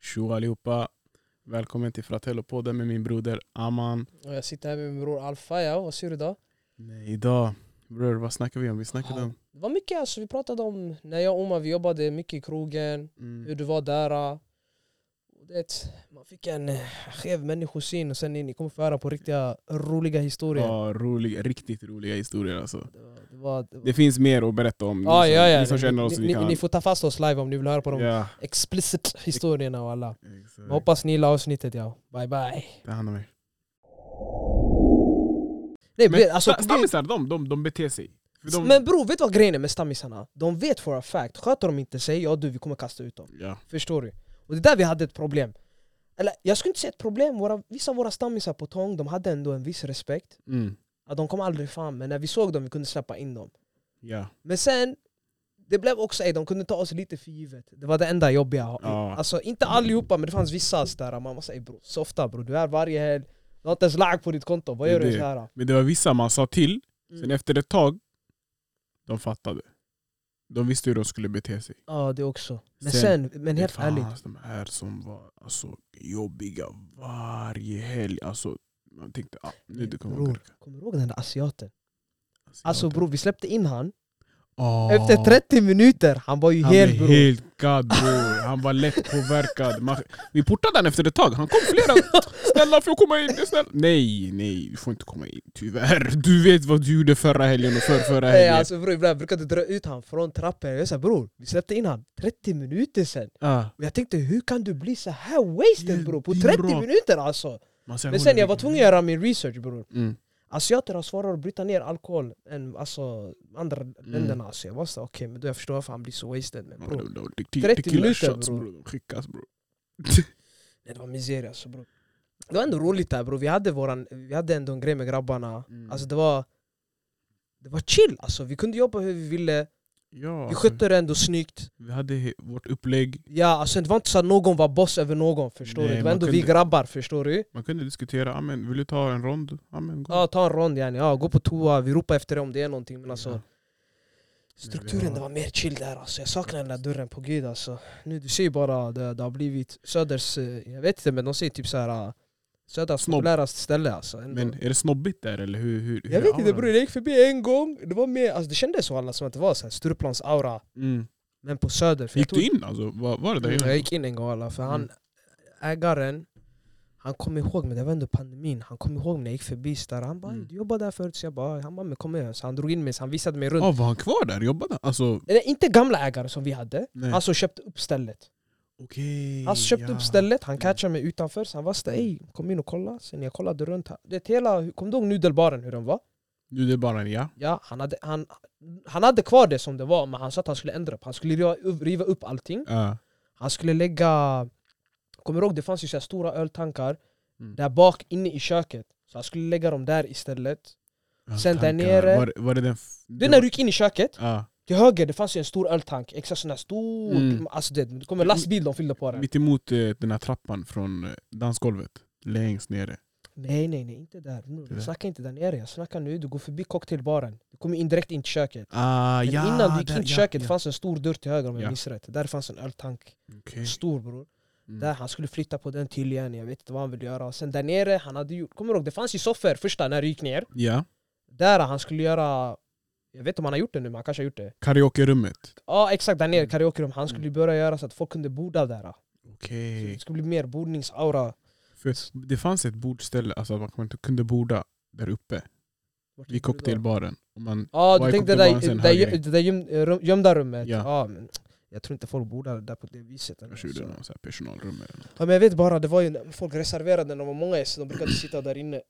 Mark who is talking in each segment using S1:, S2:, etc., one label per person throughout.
S1: Tjo allihopa! Välkommen till Fratello-podden med min broder Aman.
S2: Och jag sitter här med min bror Alfaya, vad ser du idag?
S1: Nej, idag, bror vad snackar vi om? Vi snackade
S2: Ja.
S1: om...
S2: Det var mycket alltså, vi pratade om när jag och Omar vi jobbade mycket i krogen, hur
S1: Mm,
S2: du var där. ah. Och Det, man fick en eh, skev människosyn och sen ni ni kommer få höra på riktiga roliga historier.
S1: ja, roliga, riktigt roliga historier alltså.
S2: Det var, det var, det var.
S1: Det finns mer att berätta om. Ni
S2: Ja,
S1: som-
S2: ja, ja.
S1: Ni som känner oss,
S2: ni,
S1: vi kan...
S2: ni, ni får ta fast oss live om ni vill höra på de
S1: ja,
S2: explicit historierna och alla.
S1: exakt.
S2: Men hoppas ni gillar avsnittet ja. Bye bye.
S1: Det handlar om er.
S2: Nej,
S1: Men
S2: men, alltså,
S1: sta- stammisar, de, de, de beter sig. För de,
S2: men bror, vet du vad grejen är med stammisarna? De vet for a fact, sköter de inte sig, ja du vi kommer kasta ut dem.
S1: ja,
S2: Förstår du? Och det är där vi hade ett problem. Eller jag skulle inte säga ett problem, våra, vissa av våra stammisar på Tång, de hade ändå en viss respekt.
S1: mm,
S2: Att de kom aldrig fram, men när vi såg dem vi kunde släppa in dem.
S1: ja.
S2: Men sen, det blev också, ey, de kunde ta oss lite för givet. Det var det enda jobbiga.
S1: Ja.
S2: Alltså inte allihopa, men det fanns vissa där man säger bror, softa bror, du är här varje helg. Du har inte ens lag på ditt konto, vad
S1: Det är
S2: gör du
S1: det.
S2: så här?
S1: Men det var vissa man sa till, sen
S2: Mm.
S1: efter ett tag, de fattade. De visste hur de skulle bete sig.
S2: Ja det också. Men
S1: Sen-
S2: sen, men helt
S1: det fanns
S2: ärligt.
S1: de här som var alltså, jobbiga varje helg. Alltså, man tänkte ah, nu det kommer
S2: Bror,
S1: att
S2: Kommer du ihåg den där asiaten?
S1: Alltså,
S2: Alltså bror, vi släppte in han.
S1: ah,
S2: Efter 30 minuter, han var ju
S1: han
S2: hel
S1: var
S2: bror.
S1: helt gadd bror. Han var lätt påverkad. Man, vi portade han efter ett tag. Han kom flera Snälla får jag komma in? Snälla. Nej, nej du får inte komma in. Tyvärr. Du vet vad du gjorde förra helgen och för förra
S2: Nej,
S1: helgen.
S2: alltså bror, ibland brukade jag dra ut han från trappan. Jag sa bror, vi släppte in han 30 minuter sen.
S1: ah,
S2: Och jag tänkte hur kan du bli så här wasted bror? På
S1: Din
S2: 30
S1: rock.
S2: minuter alltså!
S1: man säger,
S2: Men
S1: "Håller
S2: sen jag
S1: vi-
S2: var tvungen att göra min research bror.
S1: Mm.
S2: Asiater har svårare att bryta ner alkohol än alltså, andra
S1: Mm.
S2: länderna. Alltså, jag var så okej, men då jag förstår varför han blir så wasted. Men
S1: Ja,
S2: bror,
S1: de- de- de- de-
S2: 30
S1: tequila
S2: minuter,
S1: shots,
S2: bror.
S1: bror. De skickas bror.
S2: nej, det var miseria alltså bror. Det var ändå roligt där bror. Vi hade, våran, vi hade ändå en grej med grabbarna.
S1: Mm.
S2: Alltså det var... Det var chill alltså. Vi kunde jobba hur vi ville.
S1: Ja,
S2: Vi
S1: alltså,
S2: skötte det ändå snyggt.
S1: vi hade he- vårt upplägg.
S2: Ja, alltså det var inte så att någon var boss över någon, förstår
S1: Nej,
S2: du? Det var
S1: man
S2: ändå vi
S1: kunde-
S2: grabbar, förstår du?
S1: Man kunde diskutera, ah, men, vill du ta en rond? Ah, men, gå.
S2: Ja, ta en rond yani. Ja, gå på toa, vi ropar efter dig om det är någonting. Men alltså,
S1: Ja.
S2: strukturen det var mer chill där alltså. Jag saknar den där dörren på gud alltså. Nu, du ser ju bara, det, det har blivit Söders, eh, jag vet inte men de säger typ såhär, Söders
S1: Snobb.
S2: populäraste ställe alltså. Ändå.
S1: Men är det snobbigt där eller hur? hur, hur
S2: jag vet
S1: är
S2: inte
S1: auran?
S2: bror, jag gick förbi en gång, det var mer, alltså det kändes så alla som att det var så här Stureplans aura,
S1: Mm.
S2: men på Söder. För jag
S1: Gick
S2: tog-
S1: du in alltså? Var, var det där
S2: Mm,
S1: inne?
S2: jag gick in en gång alla, för han,
S1: Mm.
S2: ägaren, han kom ihåg mig, det var ändå pandemin, han kom ihåg när jag gick förbi där Han bara
S1: Mm.
S2: du jobbade där förut, så jag bara, han bara men kom med. Så han drog in mig, så han visade mig runt.
S1: Ah, var han kvar där? Jobbade han? Alltså,
S2: Eller inte gamla ägare som vi hade,
S1: nej.
S2: han som köpte upp stället.
S1: Okej.
S2: Han som Alltså, köpte
S1: ja.
S2: upp stället, han
S1: Mm.
S2: catchade mig utanför, så han var såhär ey, kom in och kolla. Sen jag kollade runt här. Det hela, kom du ihåg nudelbaren hur den var?
S1: Nu det är bara en ja.
S2: Ja, han hade, han, han hade kvar det som det var, men han sa att han skulle ändra på, han skulle riva upp, riva upp allting.
S1: Ja.
S2: Han skulle lägga, kommer du ihåg det fanns ju så här stora öltankar
S1: Mm.
S2: där bak inne i köket. Så han skulle lägga dem där istället.
S1: Ja,
S2: Sen där
S1: tankar.
S2: nere-
S1: Var, var det den? f-
S2: Det är när du gick in i köket,
S1: Ja.
S2: till höger det fanns ju en stor öltank, exakt sån här stor,
S1: Mm.
S2: alltså det, det kom en lastbil de fyllde på den.
S1: Mitt emot eh, den här trappan från eh, dansgolvet. Längst nere.
S2: Nej nej nej, inte där. Nu,
S1: där.
S2: Snacka inte där nere, jag snackar nu, du går förbi cocktailbaren. Du kommer in direkt in till köket.
S1: Ah,
S2: Men
S1: ja,
S2: innan du gick
S1: där,
S2: in till
S1: ja,
S2: köket
S1: ja.
S2: fanns en stor dörr till höger om jag
S1: Ja.
S2: minns rätt. Där fanns en öltank,
S1: Okej.
S2: stor bror.
S1: Mm.
S2: Där han skulle flytta på den till igen, jag vet inte vad han ville göra. Sen där nere, han hade gjort, kommer du ihåg det fanns ju soffor första när du gick ner.
S1: Ja.
S2: Där han skulle göra, jag vet inte om han har gjort det nu men han kanske har gjort det.
S1: Karaokerummet.
S2: Ja exakt, där nere,
S1: Mm.
S2: karaokerum. Han skulle
S1: Mm.
S2: börja göra så att folk kunde borda där. Så
S1: Okej.
S2: det skulle bli mer bordningsaura.
S1: För det fanns ett bordställe, alltså man kunde- kunde borda där uppe.
S2: Vart
S1: Vid
S2: skulle det vara?
S1: cocktailbaren. Och man,
S2: Ja
S1: Var
S2: du
S1: är
S2: tänkte det
S1: cocktailbaren
S2: där,
S1: sen,
S2: där,
S1: höger?
S2: gö- det där göm, eh, rum- gömda rummet?
S1: Ja.
S2: Ja. men jag tror inte folk bordar där på det viset. än,
S1: jag körde
S2: alltså.
S1: någon så här personalrum eller något.
S2: Ja, men jag vet bara, det var ju när folk reserverade när de var många gäster, de brukade sitta där inne.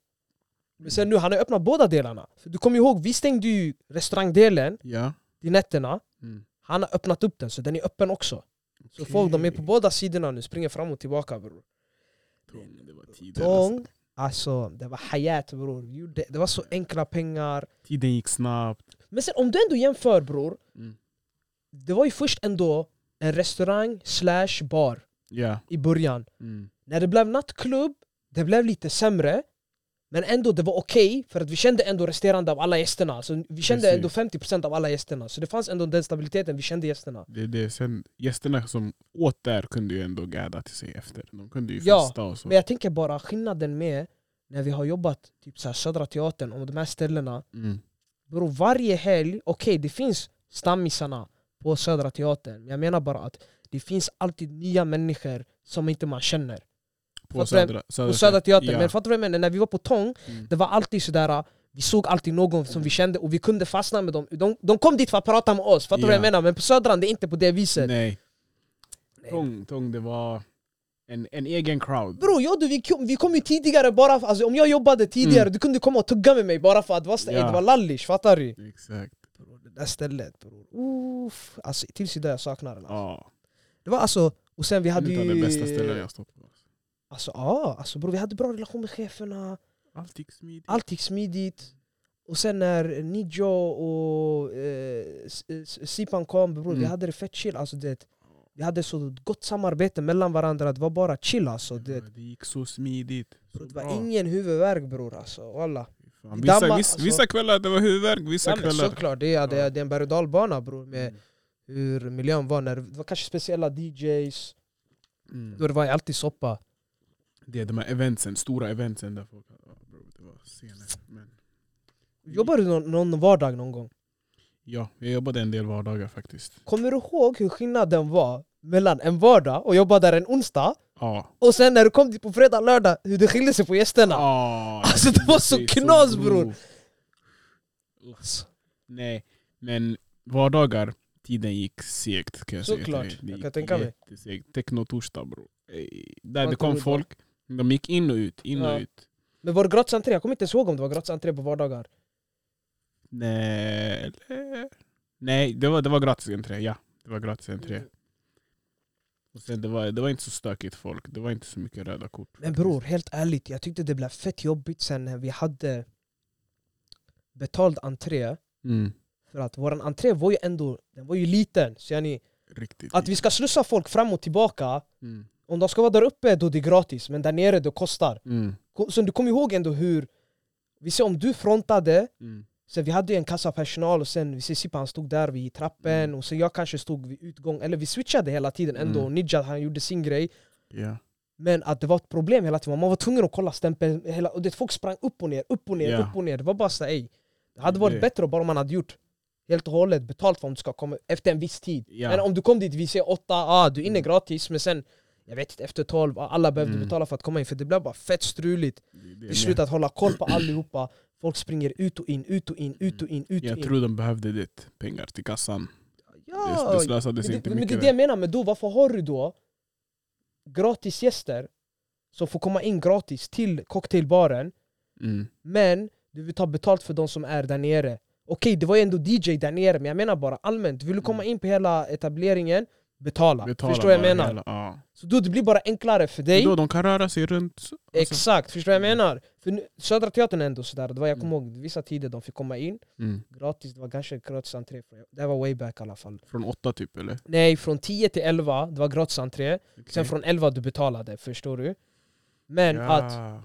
S2: Men sen nu, han har öppnat båda delarna. För du kommer ihåg, vi stängde ju restaurangdelen
S1: Ja.
S2: till nätterna.
S1: Mm.
S2: Han har öppnat upp den, så den är öppen också. Så folk de är på båda sidorna nu, springer fram och tillbaka bror.
S1: Tång, det var tider, alltså.
S2: Tång, alltså det var hayat bror. Vi gjorde- Det var så enkla pengar.
S1: Tiden gick snabbt.
S2: Men sen om du ändå jämför bror,
S1: Mm.
S2: det var ju först ändå en restaurang slash bar
S1: Ja.
S2: i början.
S1: Mm.
S2: När det blev nattklubb, det blev lite sämre. Men ändå, det var okej, för att vi kände ändå resterande av alla gästerna. Alltså, vi kände ändå
S1: Precis.
S2: 50% av alla gästerna. Så det fanns ändå den stabiliteten, vi kände gästerna.
S1: Det, det, sen, gästerna som åt där kunde ju ändå gadda till sig efter. De kunde ju
S2: Ja,
S1: festa och så.
S2: Men jag tänker bara skillnaden med när vi har jobbat typ så här, Södra Teatern och de här ställena.
S1: Mm.
S2: Bro, varje helg, okej det finns stammisarna på Södra Teatern. Men jag menar bara att det finns alltid nya människor som inte man känner.
S1: På
S2: Fattar du?
S1: Södra,
S2: På Södra Teatern.
S1: Ja.
S2: Men fattar du vad jag menar? När vi var på Tång,
S1: Mm.
S2: det var alltid sådär, vi såg alltid någon som vi kände och vi kunde fastna med dem. De, de kom dit för att prata med oss, fattar du vad jag
S1: Ja.
S2: menar? Men på Södran, det är inte på det viset.
S1: Nej,
S2: Nej.
S1: Tång, tång det var en, en egen crowd.
S2: Bror, jag och du, vi, kom- vi kom ju tidigare bara för, alltså, om jag jobbade tidigare,
S1: Mm.
S2: du kunde komma och tugga med mig bara för att det var, st-
S1: Ja.
S2: det var lallish, fattar du?
S1: Exakt.
S2: Bror, det där stället bror, Uff. Alltså, tills idag jag saknar den. Alltså.
S1: Ja.
S2: Det var alltså, och sen vi
S1: Det
S2: hade
S1: är
S2: ju...
S1: ju... det bästa ställen jag stått på.
S2: Alltså ja, alltså bror vi hade bra relation med cheferna,
S1: Allt gick smidigt.
S2: allt gick smidigt. Och sen när Nijo och eh, S- S- Sipan kom, bror vi
S1: Mm.
S2: hade det fett chill. Alltså, det, vi hade så gott samarbete mellan varandra, det var bara chill alltså. Det,
S1: Ja, det gick så smidigt. Så
S2: bror, det var
S1: Mm. bra.
S2: ingen huvudvärk bror alltså, walla.
S1: Fan,
S2: I
S1: Vissa,
S2: Danmark,
S1: vissa,
S2: alltså-
S1: vissa kvällar det var huvudvärk, vissa
S2: Ja, men
S1: kvällar...
S2: såklart, det är, det är, det är en berg och dalbana bror med
S1: Mm.
S2: hur miljön var. När, det var kanske speciella DJs,
S1: Mm.
S2: då det var alltid soppa.
S1: Det är de här eventsen, stora eventsen där folk... Ja, bro, det var scener. Men...
S2: Jobbar du någon, någon vardag någon gång?
S1: Ja, jag jobbade en del vardagar faktiskt.
S2: Kommer du ihåg hur skillnaden var mellan en vardag och jobba där en onsdag
S1: Ja.
S2: och sen när du kom dit på fredag, lördag, hur det skilde sig på gästerna?
S1: Ah,
S2: Alltså, det var så
S1: precis,
S2: knas, bror.
S1: grovt.
S2: Alltså,
S1: Nej, men vardagar, tiden gick segt kan jag säga. till
S2: Såklart,
S1: dig. Det
S2: jag
S1: gick
S2: kan tänka mig.
S1: jättesegt. Techno-torsdag bror. Ey, Där
S2: Vad
S1: det kom
S2: tror du då?
S1: folk, de gick in och ut, in
S2: Ja.
S1: och ut.
S2: Men var det gratis entré? Jag kommer inte ens ihåg om det var gratis entré på vardagar.
S1: Nej, eller? Nej det, var, det var gratis entré, ja. Det var gratis entré.
S2: Mm.
S1: Och sen det, var, det var inte så stökigt folk, det var inte så mycket röda kort.
S2: Men bror, helt ärligt, jag tyckte det blev fett jobbigt sen när vi hade betald entré.
S1: Mm,
S2: För att vår entré var ju ändå den var ju liten. Så jag ni,
S1: riktigt.
S2: att vi ska slussa folk fram och tillbaka,
S1: mm,
S2: om de ska vara där uppe då det är gratis, men där nere det kostar.
S1: mm,
S2: Ko- Så du kommer ihåg ändå hur, vi ser om du frontade,
S1: mm,
S2: sen vi hade ju en kassapersonal och sen vi ser Sipa han stod där vid trappen
S1: Mm.
S2: och sen jag kanske stod vid utgång, eller vi switchade hela tiden ändå,
S1: Mm.
S2: och Nidja han gjorde sin grej.
S1: ja.
S2: Men att det var ett problem hela tiden, man var tvungen att kolla stämpeln, hela, och det, folk sprang upp och ner, upp och ner,
S1: Ja.
S2: upp och ner. Det var bara såhär ey, det hade
S1: Det-
S2: varit bättre bara om man hade gjort helt och hållet betalt för om du ska komma efter en viss tid.
S1: Ja.
S2: Men om du kom dit vid säg åtta, ah, du är inne
S1: Mm.
S2: gratis, men sen jag vet inte, efter 12, ah, alla behövde
S1: Mm.
S2: betala för att komma in för det blev bara fett struligt.
S1: Det- det-
S2: Vi slutade att hålla koll på allihopa, folk springer ut och in, ut och in, ut och in, ut och
S1: Jag
S2: in.
S1: tror de behövde det, pengar till kassan.
S2: ja,
S1: det, det slösades
S2: men det,
S1: inte
S2: men
S1: mycket.
S2: det är det
S1: där.
S2: jag menar, men då varför har du då gratisgäster som får komma in gratis till cocktailbaren,
S1: Mm.
S2: men du vill ta betalt för de som är där nere? Okej, det var ju ändå DJ där nere, men jag menar bara allmänt, vill du komma in på hela etableringen, betala.
S1: Mm. Betala
S2: Förstår vad jag
S1: bara
S2: menar?
S1: hela- ja.
S2: Så då det blir bara enklare för dig.
S1: Då de kan röra sig runt. så- alltså.
S2: Exakt, förstår du vad jag menar? För nu, Södra Teatern är ändå sådär, det var, jag
S1: Mm.
S2: kommer ihåg vissa tider de fick komma in
S1: Mm.
S2: gratis, det var kanske gratis entré. från- Det här var way back i alla fall.
S1: Från åtta typ eller?
S2: Nej, från 10 till 11, det var gratis entré. Sen
S1: Okej.
S2: från 11 du betalade, förstår du? Men
S1: Ja. Mm.
S2: att,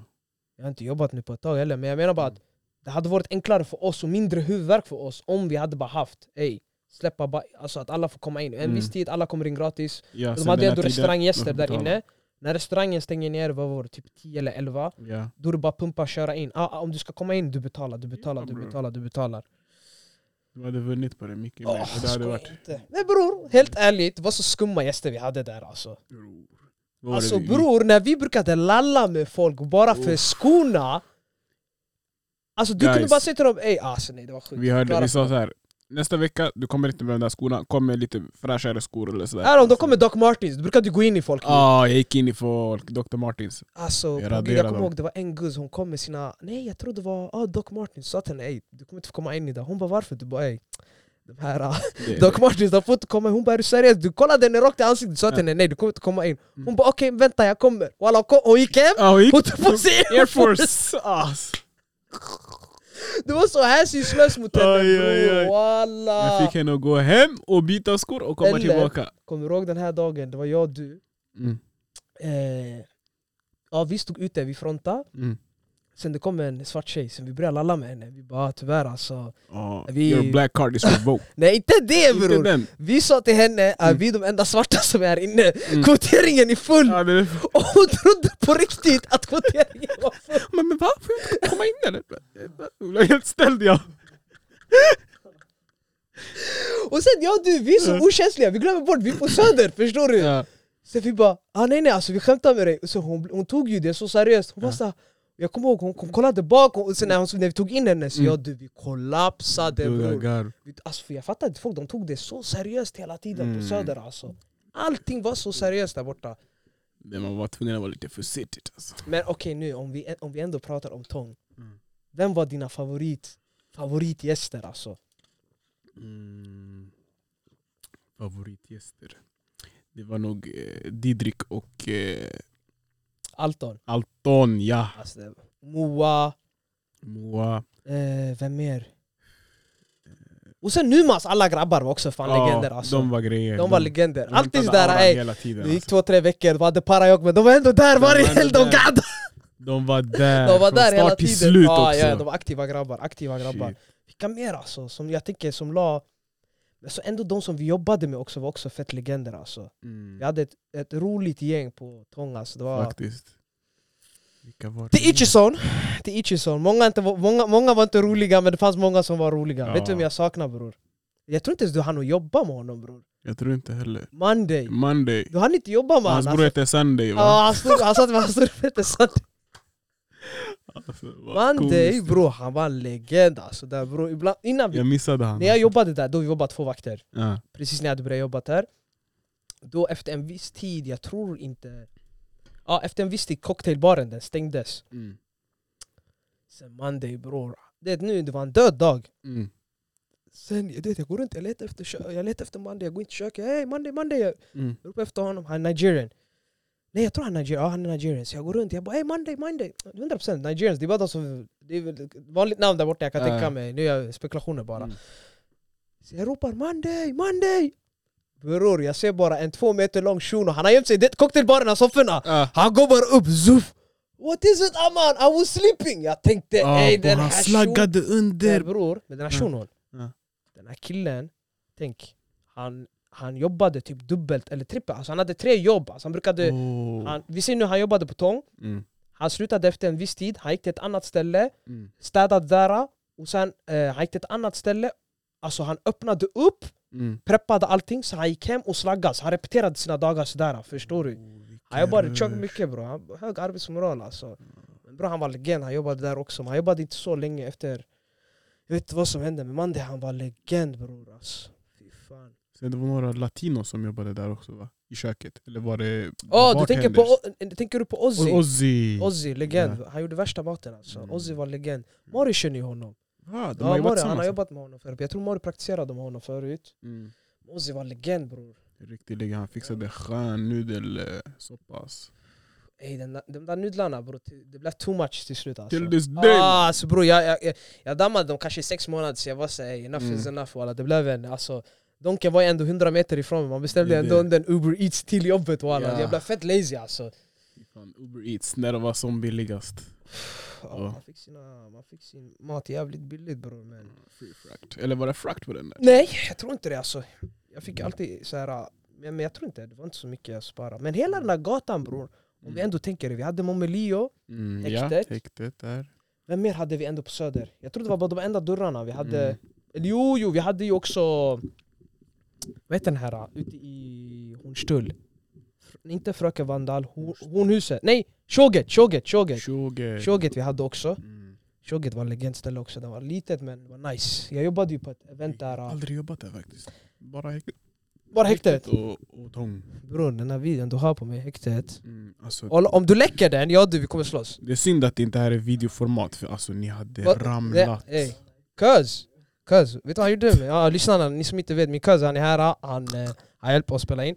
S2: jag har inte jobbat nu på ett tag heller, men jag menar bara att det hade varit enklare för oss och mindre huvudvärk för oss om vi hade bara haft, ey, släppa bara, alltså att alla får komma in. En
S1: Mm.
S2: viss tid, alla kommer in gratis.
S1: Ja, sen
S2: De hade
S1: den här tiden-
S2: ändå
S1: Mm,
S2: restauranggäster
S1: man får
S2: där
S1: betala.
S2: inne. När restaurangen stänger ner, vad var det, typ 10 eller 11?
S1: Ja.
S2: Då är det bara pumpa och köra in. Ah, ah, om du ska komma in, du betalar, du betalar,
S1: Ja,
S2: du
S1: bror.
S2: betalar, du betalar.
S1: Du hade vunnit på det mycket mer.
S2: Åh,
S1: det hade
S2: skoja
S1: varit...
S2: inte. Nej bror, helt ärligt, det var så skumma gäster vi hade där alltså.
S1: Bror. Vad var
S2: Alltså
S1: det vi-
S2: bror, när vi brukade lalla med folk bara för
S1: Uff.
S2: skorna Alltså du kunde
S1: Guys.
S2: bara säga till dem ey alltså nej det var sjukt
S1: Vi, hörde,
S2: Förklara
S1: vi
S2: för
S1: sa
S2: dem.
S1: så här. nästa vecka du kommer inte med de där skorna, kom med lite fräschare skor eller sådär.
S2: Här om de kommer Doc Martins, då brukar du gå in i folk ah.
S1: Ja, jag gick in i folk, Dr. Martins.
S2: Alltså
S1: Jag
S2: på
S1: raderar
S2: Gud, jag kommer
S1: dem.
S2: ihåg det var en guzz, hon kom med sina, nej jag tror det var ah, Doc Martins, sa till henne ey du kommer inte få komma in idag Hon bara varför? Du bara ey de här ah,
S1: Det-
S2: Doc Martins de får inte komma in, hon bara är du seriös? Du kollade henne rakt i ansiktet, sa
S1: Ja.
S2: till henne nej du kommer inte komma in Hon
S1: Mm.
S2: bara okej vänta jag kommer, Walla, hon kom, hon gick hem,
S1: Ja, hon gick
S2: hon tog på sig
S1: Air Force! Ah,
S2: Du var så hänsynslös mot henne
S1: Aj, aj,
S2: bror,
S1: aj. Jag
S2: walla!
S1: fick henne att gå hem och byta skor och komma
S2: Eller-
S1: tillbaka.
S2: Kommer du ihåg den här dagen? Det var jag och du.
S1: Mm.
S2: Eh, ja, vi stod ute, vi frontade.
S1: Mm.
S2: Sen det kom en svart tjej, sen vi började lalla med henne. Vi bara ah, tyvärr alltså.
S1: Ja,
S2: Vi-
S1: Ah, Your black card is revoked.
S2: Nej inte det
S1: Inte
S2: bror!
S1: den.
S2: Vi sa till henne att
S1: Mm.
S2: vi är de enda svarta som är här inne.
S1: Mm.
S2: Kvoteringen är full!
S1: Ja, det är...
S2: Och hon trodde på riktigt att kvoteringen var full!
S1: Men, men va? Får jag inte komma in eller? Jag blev helt ställd jag.
S2: Och sen jag och du, vi är så
S1: Ja.
S2: okänsliga, vi glömmer bort, vi är på söder, förstår du?
S1: Mm. Ja.
S2: Sen vi bara, ah, nej nej alltså vi skämtar med dig. Och så hon, hon tog ju det så seriöst, hon bara
S1: Ja.
S2: så, jag kommer ihåg hon, hon kollade bak, och sen när, hon, när vi tog in henne så
S1: Mm.
S2: jag och du, vi kollapsade
S1: Duda
S2: bror.
S1: garv.
S2: Vi- Alltså, för jag fattar inte, folk de tog det så seriöst hela tiden på
S1: Mm.
S2: söder alltså. Allting var så seriöst där borta.
S1: Men man var tvungen att vara lite försiktig alltså.
S2: Men okej nu, om vi, om vi ändå pratar om Tång.
S1: Mm.
S2: Vem var dina favorit, favoritgäster alltså?
S1: Mm. Favoritgäster? Det var nog eh, Didrik och eh,
S2: Alton?
S1: Alton, ja.
S2: Alltså, det- Moa,
S1: Moa.
S2: eh, vem mer? Och sen Numas alla grabbar var också fan legender alltså.
S1: De var grejer.
S2: De var legender.
S1: de
S2: Alltid
S1: hämtade
S2: där
S1: auran
S2: ey.
S1: hela tiden,
S2: Det gick
S1: alltså.
S2: två, tre veckor, de hade parajok men de var ändå där
S1: De
S2: varje
S1: var ändå
S2: helg, de
S1: där.
S2: gaddade!
S1: De var där,
S2: De var
S1: från
S2: där
S1: start
S2: hela
S1: till
S2: tiden.
S1: slut
S2: Ja,
S1: också.
S2: ja, de var aktiva grabbar, aktiva grabbar.
S1: Shit.
S2: Vilka mer alltså, som jag tänker som la... Men så ändå de som vi jobbade med också var också fett legender alltså.
S1: Mm,
S2: Vi hade ett, ett roligt gäng på Tång alltså. Det var...
S1: Faktiskt. Vilka var
S2: Det är Itchison, det är Itchison. Många, inte, var- många, många var inte roliga men det fanns många som var roliga.
S1: Ja.
S2: Vet du vem jag saknar bror? Jag tror inte ens du hann att jobba med honom bror.
S1: Jag tror inte heller.
S2: Monday.
S1: Monday.
S2: Du hann inte jobba med
S1: Mm. Hans
S2: honom.
S1: bror heter Sunday va?
S2: alltså. Ja, han stod, han satt han stod fett sant.
S1: Alltså, vad
S2: Monday
S1: komiskt.
S2: bror, han var en legend alltså. Där, bror. Ibland, innan vi,
S1: Jag missade han. alltså.
S2: när jag jobbade där, då vi jobbade två vakter.
S1: Ja.
S2: precis när jag hade börjat jobba där. Då efter en viss tid, jag tror inte... Ja, efter en viss tid, cocktailbaren den stängdes.
S1: Mm.
S2: Sen Monday bror. Det nu, det var en död dag.
S1: Mm.
S2: Sen du vet, jag går runt, jag letar efter, kö- jag letar efter Monday, jag går in till köket. Hej Monday, Monday! Jag
S1: Mm.
S2: ropar efter honom, han är nigerian. Nej jag tror han är nigerian, ja han är nigerian. Så jag går runt, jag bara hej Monday, Monday! 100% nigerians, det är bara de som... Det är väl ett vanligt namn där borta, jag kan
S1: Ja.
S2: tänka mig. Nu är jag spekulationer bara.
S1: Mm.
S2: Så jag ropar Monday, Monday! Bror, jag ser bara en två meter lång shuno, han har gömt sig i det- cocktailbaren av sofforna!
S1: Ah.
S2: Han går bara upp, zuff! What is it Aman? I was sleeping! Jag tänkte
S1: Ja,
S2: ey
S1: bror,
S2: den
S1: han
S2: här shunon...
S1: slaggade
S2: Nej,
S1: under.
S2: Bror, men den här
S1: Ja.
S2: shunon,
S1: Ja.
S2: den här killen, tänk, han, han jobbade typ dubbelt eller trippelt, alltså han hade tre jobb, alltså han brukade...
S1: Åh.
S2: Han, vi ser nu, han jobbade på Tång,
S1: Mm.
S2: han slutade efter en viss tid, han gick till ett annat ställe,
S1: Mm.
S2: städade där, och sen eh, han gick till ett annat ställe, alltså han öppnade upp
S1: Mm.
S2: preppade allting så han gick hem och slaggade. Så han repeterade sina dagar sådär, förstår du?
S1: Åh, vilken
S2: Han jobbade tjockt
S1: rush.
S2: mycket bro, han, hög arbetsmoral alltså. Men bro han var legend, han jobbade där också. Men han jobbade inte så länge efter. Jag vet inte vad som hände men Mande han var legend bror alltså. Fy fan.
S1: Sen det var några latinos som jobbade där också va? I köket. Eller var det
S2: Åh, Ah, du tänker, på,
S1: bartenders?
S2: O- tänker du på
S1: Och
S2: Ozzy?
S1: Ozzy!
S2: Ozzy, legend. Han gjorde värsta maten alltså.
S1: Mm.
S2: Ozzy var legend. Mori känner ju honom.
S1: Ah, de
S2: Ja,
S1: har
S2: Mori,
S1: jobbat
S2: han har
S1: tillsammans.
S2: jobbat med honom förut. Jag tror Mori praktiserade med honom förut.
S1: Mm.
S2: Ozzy var legend bror.
S1: Riktig legend. Han fixade skön nudelsoppa. alltså.
S2: Ey, den, där- de där nudlarna bror, det blev too much till slut alltså.
S1: Till this day!
S2: Ah, alltså bror, jag, jag, jag, jag dammade dem kanske i sex månader så jag var såhär enough is
S1: Mm.
S2: enough walla, det blev en alltså Donken var ju ändå 100 meter ifrån mig, man beställde
S1: Det är
S2: ändå
S1: det.
S2: under en Uber Eats till jobbet walla
S1: Ja.
S2: Jag blev fett lazy alltså
S1: Fan, Uber Eats, när det var som billigast.
S2: ja,
S1: Ja.
S2: man, fick sina, man fick sin mat jävligt billigt bror men
S1: Free frakt. Eller var det frakt på den där?
S2: Nej, jag tror inte det alltså Jag fick alltid såhär, men, men jag tror inte det var inte så mycket jag sparade Men hela den här gatan bror, om vi ändå tänker det, vi hade Momelio
S1: Mm,
S2: Häktet.
S1: Ja, häktet där.
S2: Vem mer hade vi ändå på Söder? Jag tror det var bara de enda dörrarna vi hade
S1: Mm.
S2: Eller jo, jo, vi hade ju också... Vad heter den här? Ute i Hornstull. Fr- Inte Fröken Vandal, Hor- Hornhuset. Nej! Tjoget, Tjoget, Tjoget!
S1: Tjoget.
S2: Tjoget vi hade också.
S1: Mm.
S2: Tjoget var legendställe också. Det var litet men det var nice. Jag jobbade ju på ett event där. ah.
S1: Aldrig jobbat där faktiskt. Bara häktet.
S2: Bara häktet!
S1: Och, och tång.
S2: Bror, den här videon du har på mig, häktet.
S1: Mm, alltså,
S2: Om om du läcker den, ja du, vi kommer slåss.
S1: Det är synd att det inte här är videoformat för alltså ni hade
S2: Va-
S1: ramlat.
S2: Nej, ey. Cuz, cuz, vet du vad han gjorde? Med? Ja, lyssnarna, ni som inte vet, min cuz han är här, ah, han, eh, han hjälper oss spela in.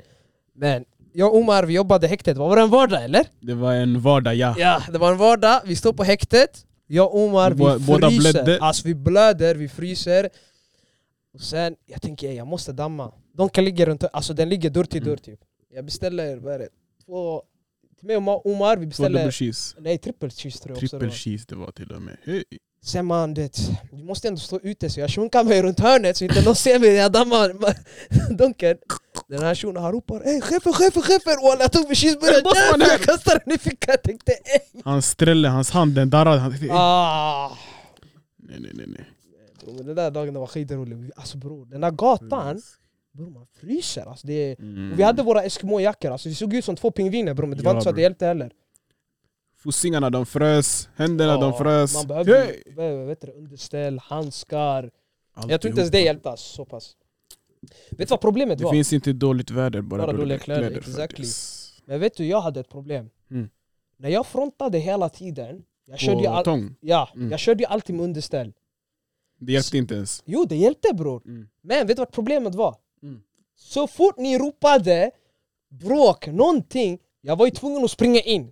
S2: Men jag och Omar, vi jobbade i häktet, var det en vardag eller?
S1: Det var en vardag ja.
S2: Ja, det var en vardag, vi står på häktet, jag och Omar, vi
S1: Bå- båda
S2: fryser.
S1: blödde.
S2: Alltså vi blöder, vi fryser. Och sen, jag tänker ey, jag måste
S1: Mm.
S2: damma. De kan ligga runt, alltså den ligger dörr till dörr typ. Jag beställer, vad är det, två Till mig och Ma- Omar, vi
S1: Två double
S2: beställde...
S1: cheese.
S2: Nej, triple cheese tror jag också det
S1: Triple
S2: var.
S1: cheese det var till och med. Hej.
S2: Sen man, du vet, du måste ändå stå ute så jag sjunkar mig runt hörnet så inte någon ser mig när jag dammar dunken. Den här shunon han ropar ey chefen, chefen, chefen! Walla jag tog min cheeseburgare,
S1: Bossman
S2: jävlar,
S1: här!
S2: jag kastade den i fickan, jag tänkte ey!
S1: Han strällde, hans hand den darrade. Han tänkte,
S2: Ah.
S1: nej nej nej. nej.
S2: Bror, men den där dagen den var skitrolig. Alltså bror, den där gatan, bror man fryser alltså. Det är...
S1: Mm.
S2: Vi hade våra Eskimo-jackor alltså, vi såg ut som två pingviner bror men det var
S1: Ja,
S2: inte så att det
S1: bror.
S2: hjälpte heller.
S1: Fossingarna de frös, händerna de
S2: Ja,
S1: frös.
S2: Man behövde
S1: Hej!
S2: ju behöver, vet du, underställ, handskar. Jag tror inte ens det
S1: Alltihopa.
S2: hjälpte alltså, så pass. Vet du vad problemet
S1: Det
S2: var?
S1: finns inte dåligt väder, bara,
S2: Bara
S1: dåliga
S2: dåliga kläder,
S1: kläder.
S2: exactly.
S1: föddes.
S2: Men vet du, jag hade ett problem.
S1: Mm.
S2: När jag frontade hela tiden, jag körde, ju
S1: På
S2: all-
S1: tång.
S2: ja,
S1: Mm.
S2: jag körde ju alltid med underställ.
S1: Det hjälpte inte ens.
S2: Jo, det hjälpte bror.
S1: Mm.
S2: Men vet du vad problemet var?
S1: Mm.
S2: Så fort ni ropade bråk, någonting, jag var ju tvungen att springa in.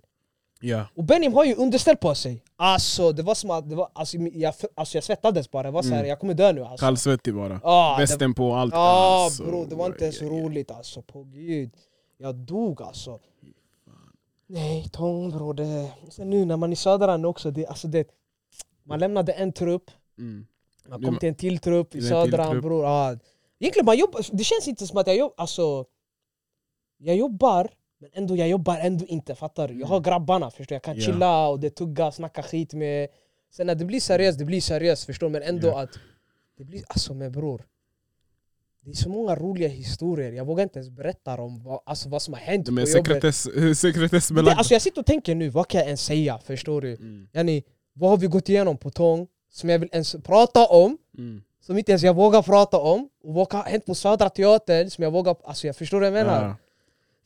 S1: Ja.
S2: Och Benim har ju underställ på sig. Alltså, det var som att, det var, alltså, jag, alltså, jag svettades bara. Det var så här,
S1: Mm.
S2: jag kommer dö nu alltså.
S1: Kallsvettig bara.
S2: ah, det-
S1: Västen på, allt.
S2: Ja
S1: Alltså,
S2: bror, det var inte ens
S1: ja, ja.
S2: roligt alltså, på gud. Jag dog alltså. Nej, tång bror. Det... Sen nu när man är i södran också, det, alltså det... Man lämnade en trupp,
S1: Mm.
S2: man
S1: Nu
S2: kom
S1: ma-
S2: till en till trupp i
S1: Till en till
S2: södran
S1: trupp.
S2: bror. Ja. Egentligen man jobbar, det känns inte som att jag jobbar, alltså... Jag jobbar, men ändå jag jobbar ändå inte, fattar du? Jag har grabbarna förstår du? jag kan
S1: Mm. Ja.
S2: chilla och det tugga, snacka skit med... Sen när det blir seriöst, det blir seriöst förstår du? Men ändå
S1: Ja.
S2: att... Det blir, alltså men bror. Det är så många roliga historier, jag vågar inte ens berätta om vad, alltså, vad som har hänt
S1: De är
S2: på jobbet.
S1: sekretess, sekretessbelagda.
S2: Det, alltså, jag sitter och tänker nu, vad kan jag ens säga? Förstår du?
S1: Mm.
S2: Yani, vad har vi gått igenom på Tång som jag vill ens prata om,
S1: Mm.
S2: som inte ens jag vågar prata om? Och vad har hänt på Södra Teatern som jag vågar... Alltså jag förstår vad jag menar.
S1: Ja,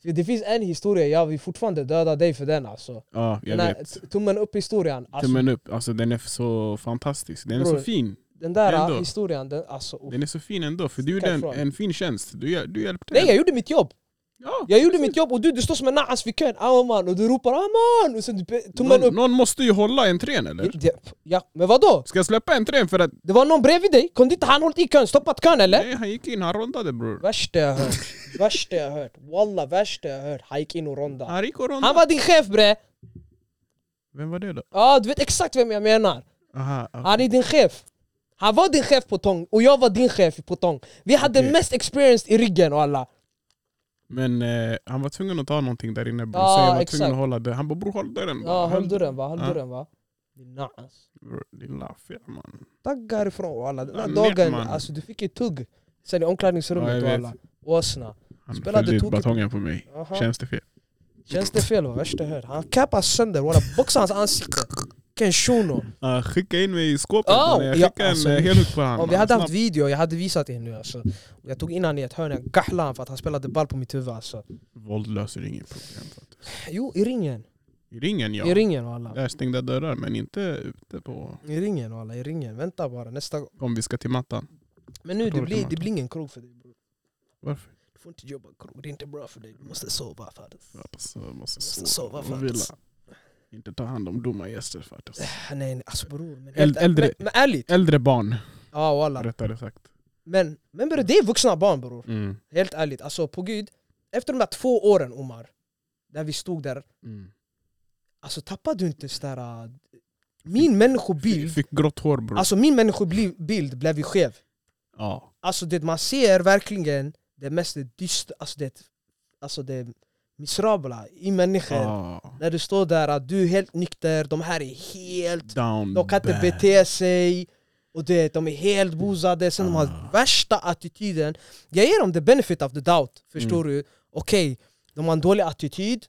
S2: För Det finns en historia, jag vill fortfarande döda dig för den alltså.
S1: ja, jag
S2: den här
S1: vet.
S2: t- tummen upp-historian. Alltså,
S1: Tummen upp. Alltså den är så fantastisk. Den är
S2: Bror.
S1: så fin.
S2: den där
S1: Ändå.
S2: historien, den, alltså... uff.
S1: Den är så fin ändå, för du gjorde
S2: Sticka
S1: en,
S2: ifrån.
S1: en fin tjänst. Du, hjäl- du hjälpte.
S2: Nej jag gjorde mitt jobb!
S1: ja.
S2: Jag gjorde mitt jobb och du, du står som en naas vid kön, ah, man, och du ropar ah, man! och sen du pe- tummen
S1: någon,
S2: upp.
S1: någon måste ju hålla entrén eller?
S2: Det- Ja, men vadå?
S1: Ska jag släppa entrén för att...
S2: Det var någon bredvid dig, kunde inte han hållit i kön, stoppat kön eller?
S1: Nej, han gick in, han rondade bror.
S2: Värsta jag hört, värsta jag hört, walla värsta jag hört, han gick in och rondade.
S1: Han gick och rondade.
S2: Han var din chef bre!
S1: Vem var det då?
S2: Ja, du vet exakt vem jag menar.
S1: Aha, ja.
S2: Han är din chef. Han var din chef på Tång och jag var din chef på Tång. Vi hade
S1: Okej.
S2: mest experience i ryggen och alla.
S1: Men eh, han var tvungen att ta någonting där inne bror,
S2: Ja,
S1: så jag var
S2: exakt.
S1: tvungen att hålla det. Han bara bror håll dörren bara.
S2: Ja, håll dörren va, håll
S1: Ja.
S2: dörren va. Din naas.
S1: Bror, Lilla fet man.
S2: taggar ifrån walla. Den här
S1: Ja,
S2: dagen,
S1: Nerman.
S2: alltså du fick ju tugg sen i
S1: Ja, jag
S2: omklädningsrummet
S1: vet.
S2: walla. Åsna.
S1: Han
S2: Spelade
S1: Spelade ut
S2: tokigt.
S1: batongen på mig.
S2: Aha.
S1: Känns det fel?
S2: Känns det fel vad värsta hör? Han kappar sönder walla, boxar hans ansikte. Vilken shuno.
S1: Ah, skicka in mig i skåpet.
S2: Oh,
S1: mannen. jag
S2: ja,
S1: skickade
S2: alltså,
S1: en eh, helhud på honom.
S2: Om vi hade haft video, jag hade visat er nu alltså. Och Jag tog in han i ett hörn, jag gahlade han för att han spelade ball på mitt huvud alltså.
S1: Våld löser inget problem. fattar
S2: Jo, i ringen.
S1: du. I ringen ja.
S2: I ringen walla.
S1: Där är stängda dörrar men inte ute på...
S2: I ringen walla, i ringen. Vänta bara nästa gång.
S1: Om vi ska till mattan.
S2: Men nu, det
S1: Tror det
S2: blir,
S1: kan
S2: det
S1: vara.
S2: blir ingen krog för dig bror.
S1: Varför?
S2: Du får inte jobba krog, det är inte bra för dig. Du måste sova fares.
S1: Jag eh, måste, jag måste
S2: Måste
S1: sova,
S2: sova,
S1: och
S2: fattas.
S1: vila. Inte ta hand om dumma gäster fattas.
S2: Ah, Nej, nej, alltså bror. Men,
S1: Äld- äldre.
S2: men, men ärligt.
S1: Äldre barn,
S2: Ja walla.
S1: rättare sagt.
S2: Men, men bror, det är vuxna barn bror.
S1: Mm.
S2: Helt ärligt, alltså på gud. Efter de där två åren Omar, där vi stod där,
S1: Mm.
S2: alltså tappade du inte sådär... äh, Min människobild,
S1: Fick grått hår bror.
S2: alltså min människobild blev ju skev.
S1: ja.
S2: Alltså det man ser verkligen det mest dystra, alltså det, alltså det miserabla i människan.
S1: ja.
S2: När du står där att du är helt nykter, de här är helt...
S1: Down
S2: De kan inte
S1: bad.
S2: bete sig. Och du vet, de är helt bosade, sen de har
S1: Ah.
S2: värsta attityden. Jag ger dem the benefit of the doubt, förstår
S1: Mm.
S2: du? Okej, de har en dålig attityd.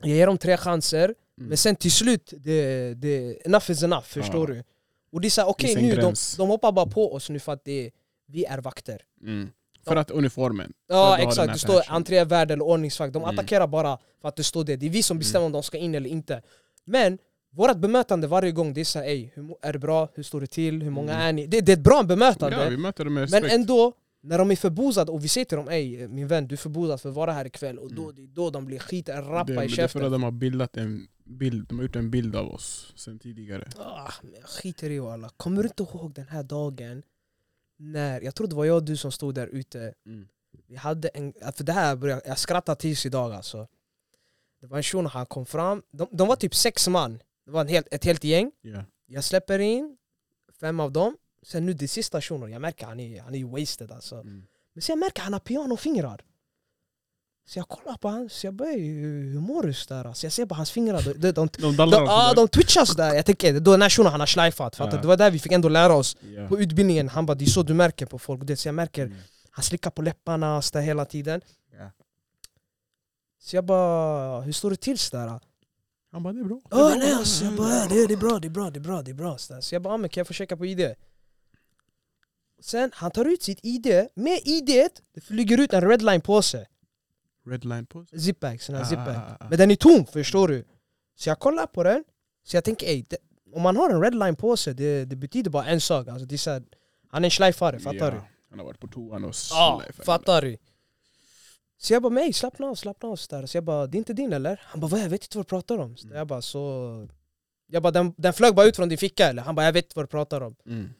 S2: Jag ger dem tre chanser.
S1: Mm.
S2: Men sen till slut, det, det, enough is enough, förstår
S1: Ah.
S2: du? Och det är såhär, okej
S1: finns en
S2: nu, de,
S1: gräns.
S2: de hoppar bara på oss nu för att det, vi är vakter.
S1: Mm. För att uniformen.
S2: Ja
S1: att du har den
S2: exakt,
S1: här
S2: det står
S1: passion.
S2: entrévärd eller ordningsvakt. De
S1: Mm.
S2: attackerar bara för att det står det. Det är vi som bestämmer om de ska in eller inte. Men vårt bemötande varje gång, det är såhär ey, hur mo- är det bra? Hur står det till? Hur många är ni? Det, det är ett bra bemötande.
S1: Mm. Ja, vi möter dem med
S2: men
S1: respekt.
S2: ändå, när de är förbosade och vi säger till dem ey min vän du är förbosad för att vara här ikväll. Och då, det är då de blir
S1: Mm. det,
S2: skitrappa i
S1: det är för att
S2: käften.
S1: de har bildat en bild, de har gjort en bild av oss sen tidigare.
S2: Ah, men jag skiter i alla. Kommer du inte ihåg den här dagen? När, jag tror det var jag och du som stod
S1: Mm.
S2: där ute Vi hade en, för det här började, jag skrattar tills idag alltså Det var en shuno, han kom fram. De, de var typ sex man. Det var en helt, ett helt gäng.
S1: Ja.
S2: Jag släpper in fem av dem. Sen nu det sista shunon, jag märker han är, han är wasted alltså.
S1: Mm.
S2: Men sen jag märker han har pianofingrar. Så jag kollar på honom, så jag börjar ju, hur mår du? Så, där? så jag ser på hans fingrar, de, de, de,
S1: De
S2: de,
S1: dallar
S2: ah,
S1: och
S2: de twitchar sådär. Jag tänker, då är den här shunon han har schleifat. Fattar?
S1: Ja.
S2: du? Det var där vi fick ändå lära oss
S1: sådär.
S2: på utbildningen. Han bara, det är så du märker på folk. Det, så jag märker
S1: Mm.
S2: han slickar på läpparna och så där hela tiden.
S1: Ja.
S2: Så jag bara, hur står det till sådär?
S1: Han bara det är bra. Det är
S2: Åh
S1: bra.
S2: nej alltså, jag bara, "Ja, det, det är bra, det är bra, det är bra, det är bra. Så, där. så jag bara, "Ja, men kan jag få checka på ID? Sen han tar ut sitt ID, med ID et, det flyger ut en redline påse.
S1: Redline på sig.
S2: Zipbag, sån här zipbag.
S1: Ah, ah, ah, ah.
S2: Men den är tom, förstår du? Så jag kollar på den, så jag tänker ey, det, om man har en redline påse, det, det betyder bara en sak. Alltså, det är så här, han är en schleifare, fattar du?
S1: Ja, Han har varit på toan och
S2: Ja,
S1: släpat.
S2: fattar du? Så jag bara, nej slappna av, slappna av. Så, där. så jag bara, det är inte din eller? Han bara, vad jag vet inte vad du pratar om. Så
S1: Mm.
S2: jag bara, så... Jag bara, den, den flög bara ut från din ficka eller? Han bara, jag vet inte vad du pratar om.
S1: Mm.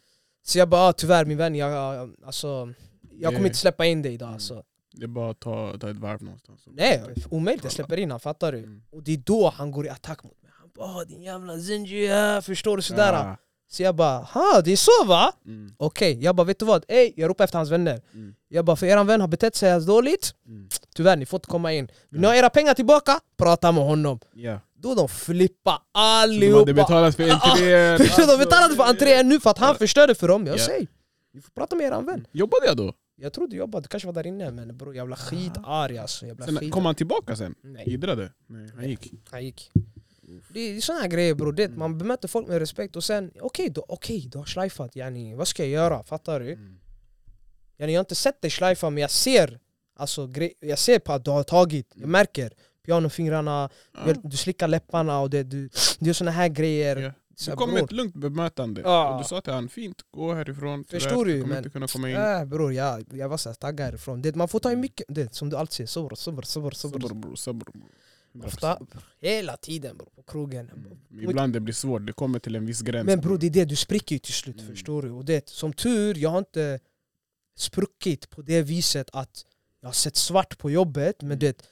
S2: Så jag bara, ah, tyvärr min vän, jag, jag- alltså, jag
S1: Yeah.
S2: kommer inte släppa in dig idag
S1: Mm.
S2: alltså.
S1: Det är bara att ta, ta ett varv någonstans.
S2: Nej, omöjligt, jag släpper in han, fattar du?
S1: Mm.
S2: Och det är då han går i attack mot mig. Han bara, ah, din jävla Zinji, ah, förstår du? Sådär.
S1: Ah,
S2: Så jag bara, ha det är så va?
S1: mm,
S2: Okej, jag bara, vet du vad? Ey, jag ropar efter hans vänner.
S1: mm,
S2: Jag bara, för eran vän har betett sig dåligt.
S1: mm.
S2: Tyvärr, ni får inte komma in. Vill ni
S1: Ja.
S2: ha era pengar tillbaka? Prata med honom.
S1: Ja.
S2: Då de flippar
S1: Så de hade
S2: allihopa.
S1: betalat för entrén.
S2: Förstår du? Ah, De betalade för entrén nu för att han
S1: Ja.
S2: förstörde för dem. Jag
S1: Ja. Mm.
S2: säger, ni får prata med eran vän.
S1: Jobbade jag då?
S2: Jag trodde jag bara, du kanske var där inne men bror jag blev skitarg alltså. Jag blev
S1: Ah. Sen
S2: skit...
S1: kom han tillbaka sen?
S2: Nej,
S1: Idrade? Nej, han gick.
S2: han gick. Det är sådana här grejer bror,
S1: Mm.
S2: Det- man bemöter folk med respekt och sen, okej du, okej, du har schleifat yani, vad ska jag göra? Fattar du?
S1: Mm.
S2: Yani, jag har inte sett dig schleifa men jag ser, alltså, gre- jag ser på att du har tagit,
S1: Mm.
S2: jag märker pianofingrarna,
S1: Ah,
S2: Du slickar läpparna och det, du, du gör såna här grejer.
S1: Ja.
S2: Så
S1: Du
S2: jag,
S1: kom med
S2: bror,
S1: ett lugnt bemötande.
S2: Ja.
S1: Och du sa till han, fint, gå härifrån. Tyvärr,
S2: Förstår du,
S1: Du kommer
S2: men-
S1: inte kunna komma in.
S2: äh, bror jag, jag var såhär taggad härifrån. Det, man får ta in mycket, det, som du alltid säger, sobr, sobr, sobr, sobr.
S1: Sabr bror, sabr bror.
S2: Ofta, hela tiden bror, på krogen.
S1: Men Mm. Ibland det blir svårt, det kommer till en viss gräns.
S2: Men bror det är det, du spricker ju till slut
S1: Mm.
S2: förstår du. Och det, som tur, jag har inte spruckit på det viset att jag har sett svart på jobbet. Men
S1: Mm.
S2: det,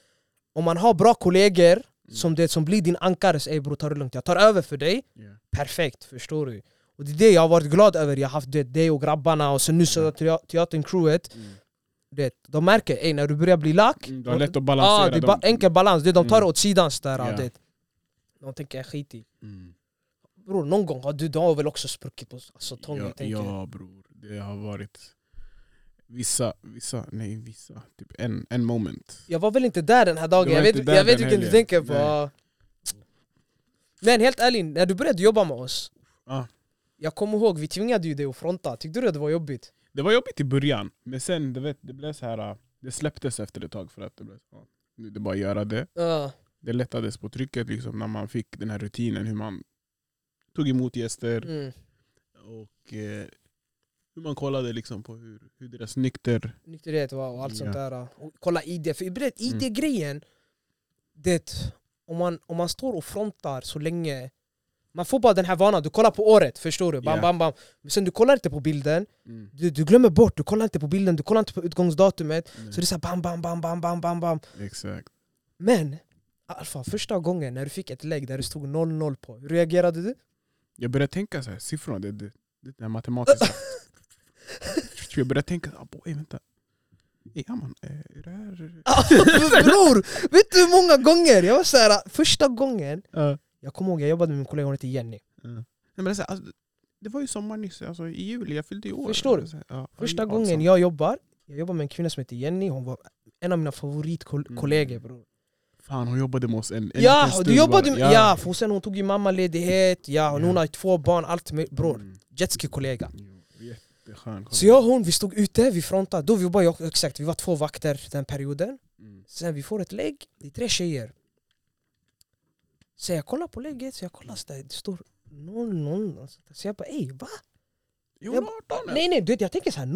S2: om man har bra kollegor som, det, som blir din ankare, så "Ey, bror ta det lugnt, jag tar över för dig.
S1: Ja.
S2: perfekt, förstår du? Och det är det jag har varit glad över, jag har haft det, dig och grabbarna och sen nu så
S1: Ja.
S2: te- teatern-crewet,
S1: Mm.
S2: det, de märker ey, när du börjar bli lack,
S1: Mm, Du har lätt att balansera
S2: ah, det är ba-
S1: dem.
S2: enkel balans, det, de tar
S1: Mm.
S2: det åt sidan sådär.
S1: Ja.
S2: Det. De tänker jag skit i.
S1: Mm.
S2: Bror någon gång har du, du har väl också spruckit på alltså, tång,
S1: ja,
S2: jag tänker.
S1: ja bror, det har varit vissa, vissa, nej vissa, typ en, en moment.
S2: Jag var väl inte där den här dagen,
S1: var
S2: jag vet,
S1: inte där
S2: jag vet
S1: den
S2: vilken du
S1: helgen.
S2: tänker på.
S1: Nej.
S2: Men helt ärligt, när du började jobba med oss,
S1: Ah.
S2: jag kommer ihåg, vi tvingade ju dig att fronta, tyckte du att det var jobbigt?
S1: Det var jobbigt i början, men sen du vet, det blev så här, ah, det släpptes efter ett tag för att det blev så, ah, nu är det bara att göra det.
S2: Ja.
S1: Det lättades på trycket liksom när man fick den här rutinen hur man tog emot gäster
S2: mm.
S1: och eh, hur man kollade liksom på hur, hur deras nykter...
S2: nykterhet va, och allt sånt
S1: Ja. Mm.
S2: där. Och kolla ID, för ibland ID-grejen, det, om, man, om man står och frontar så länge, man får bara den här vanan, du kollar på året, förstår du? Bam,
S1: Ja.
S2: bam, bam. Men sen du kollar inte på bilden, du, du glömmer bort, du kollar inte på bilden, du kollar inte på utgångsdatumet.
S1: Nej,
S2: Så det är såhär bam, bam, bam, bam, bam, bam, bam.
S1: Mm. Exakt.
S2: Men, Alfa, första gången när du fick ett lägg där det stod 0-0 på, hur reagerade du?
S1: Jag började tänka så här, siffrorna, det, det, det är matematiska. jag började tänka, ah, boy, vänta. Ey, Ja, man, eh, är det här...
S2: Ah, Bror! Vet du hur många gånger? Jag var såhär, första gången,
S1: Ja.
S2: jag kommer ihåg jag jobbade med min kollega, hon heter Jenny.
S1: Nej, men det, är så här, alltså, det var ju sommar nyss, alltså, i juli, jag fyllde ju år.
S2: Förstår du?
S1: Så här, ja,
S2: Första
S1: alltså.
S2: gången jag jobbar, jag jobbar med en kvinna som heter Jenny, hon var en av mina favoritkollegor
S1: Mm.
S2: bror.
S1: Fan, hon jobbade med oss en, en
S2: Ja,
S1: liten
S2: och
S1: stund
S2: du jobbade
S1: bara.
S2: med, ja, för sen hon tog ju mammaledighet, ja, och
S1: Ja.
S2: hon har ju två barn, allt med, bror.
S1: Mm.
S2: Jetski-kollega.
S1: Jo, Jätteskön.
S2: Så jag och hon, vi stod ute, vi frontade, då vi bara, jag, exakt, vi var två vakter den perioden.
S1: Mm.
S2: Sen vi får ett lägg, det är tre tjejer. Så jag kollar på lägget, så jag kollar så där, det står 0-0. Så jag bara ey, va?
S1: Är hon
S2: Jag
S1: 18 eller?
S2: Nej nej, du vet, jag tänker så här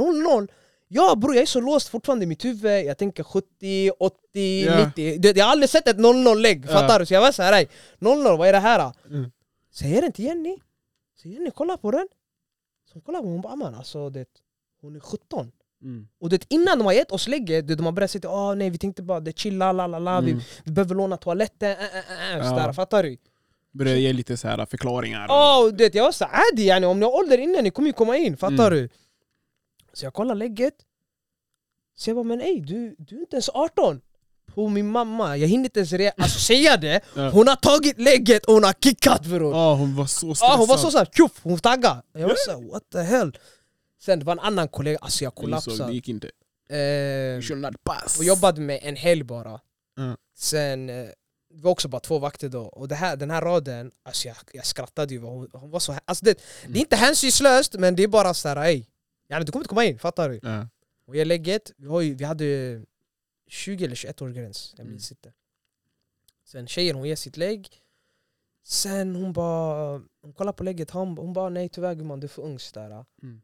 S2: 0-0 Ja bror jag är så låst fortfarande i mitt huvud, jag tänker 70, 80,
S1: Ja.
S2: 90 du vet, Jag har aldrig sett ett 0-0-lägg,
S1: Ja.
S2: fattar du? Så jag var såhär, "Ey, 0-0, vad är det här? då?"
S1: Mm.
S2: Så jag ger den till Jenny, så Jenny kollar på den Så hon kollar på mig, hon bara "Man, alltså det, hon är 17
S1: Mm.
S2: Och det, innan de har gett oss lägget, det, de har börjat säga åh nej vi tänkte bara det chilla, la la la,
S1: Mm.
S2: vi, vi behöver låna toaletten, äh, äh, äh, äh,
S1: Ja.
S2: sådär, fattar du?
S1: Börjar ge lite så här förklaringar.
S2: Ja, och det, jag var såhär adi yani, om ni har ålder innan ni kommer ju komma in, fattar
S1: Mm.
S2: du? Så jag kollar lägget, så jag bara men ey du, du är inte ens 18! På min mamma, jag hinner inte ens re- alltså, säga det,
S1: Ja.
S2: hon har tagit lägget och hon har kickat bror!
S1: Ja, hon var så stressad.
S2: Ja, hon var så såhär, tjoff, hon taggade! Jag var såhär what the hell? Sen det var en annan kollega, alltså jag
S1: Eller så, Det
S2: kollapsade.
S1: gick inte.
S2: Eh,
S1: You should not pass.
S2: och jobbade med en helg bara.
S1: Mm.
S2: Sen, eh, det var också bara två vakter då, och det här, den här raden, alltså jag, jag skrattade ju. Hon, hon var så, här- alltså det, det är inte hänsynslöst, men det är bara såhär ey, yani, du kommer inte komma in, fattar du?
S1: Ja.
S2: Och jag lägget, vi, har ju, vi hade 20 eller 21 års gräns,
S1: Mm.
S2: jag minns inte. Sen tjejen hon ger sitt lägg, sen hon bara, hon kollar på lägget, hon, hon bara nej tyvärr gumman du är för ung sådär.
S1: Mm.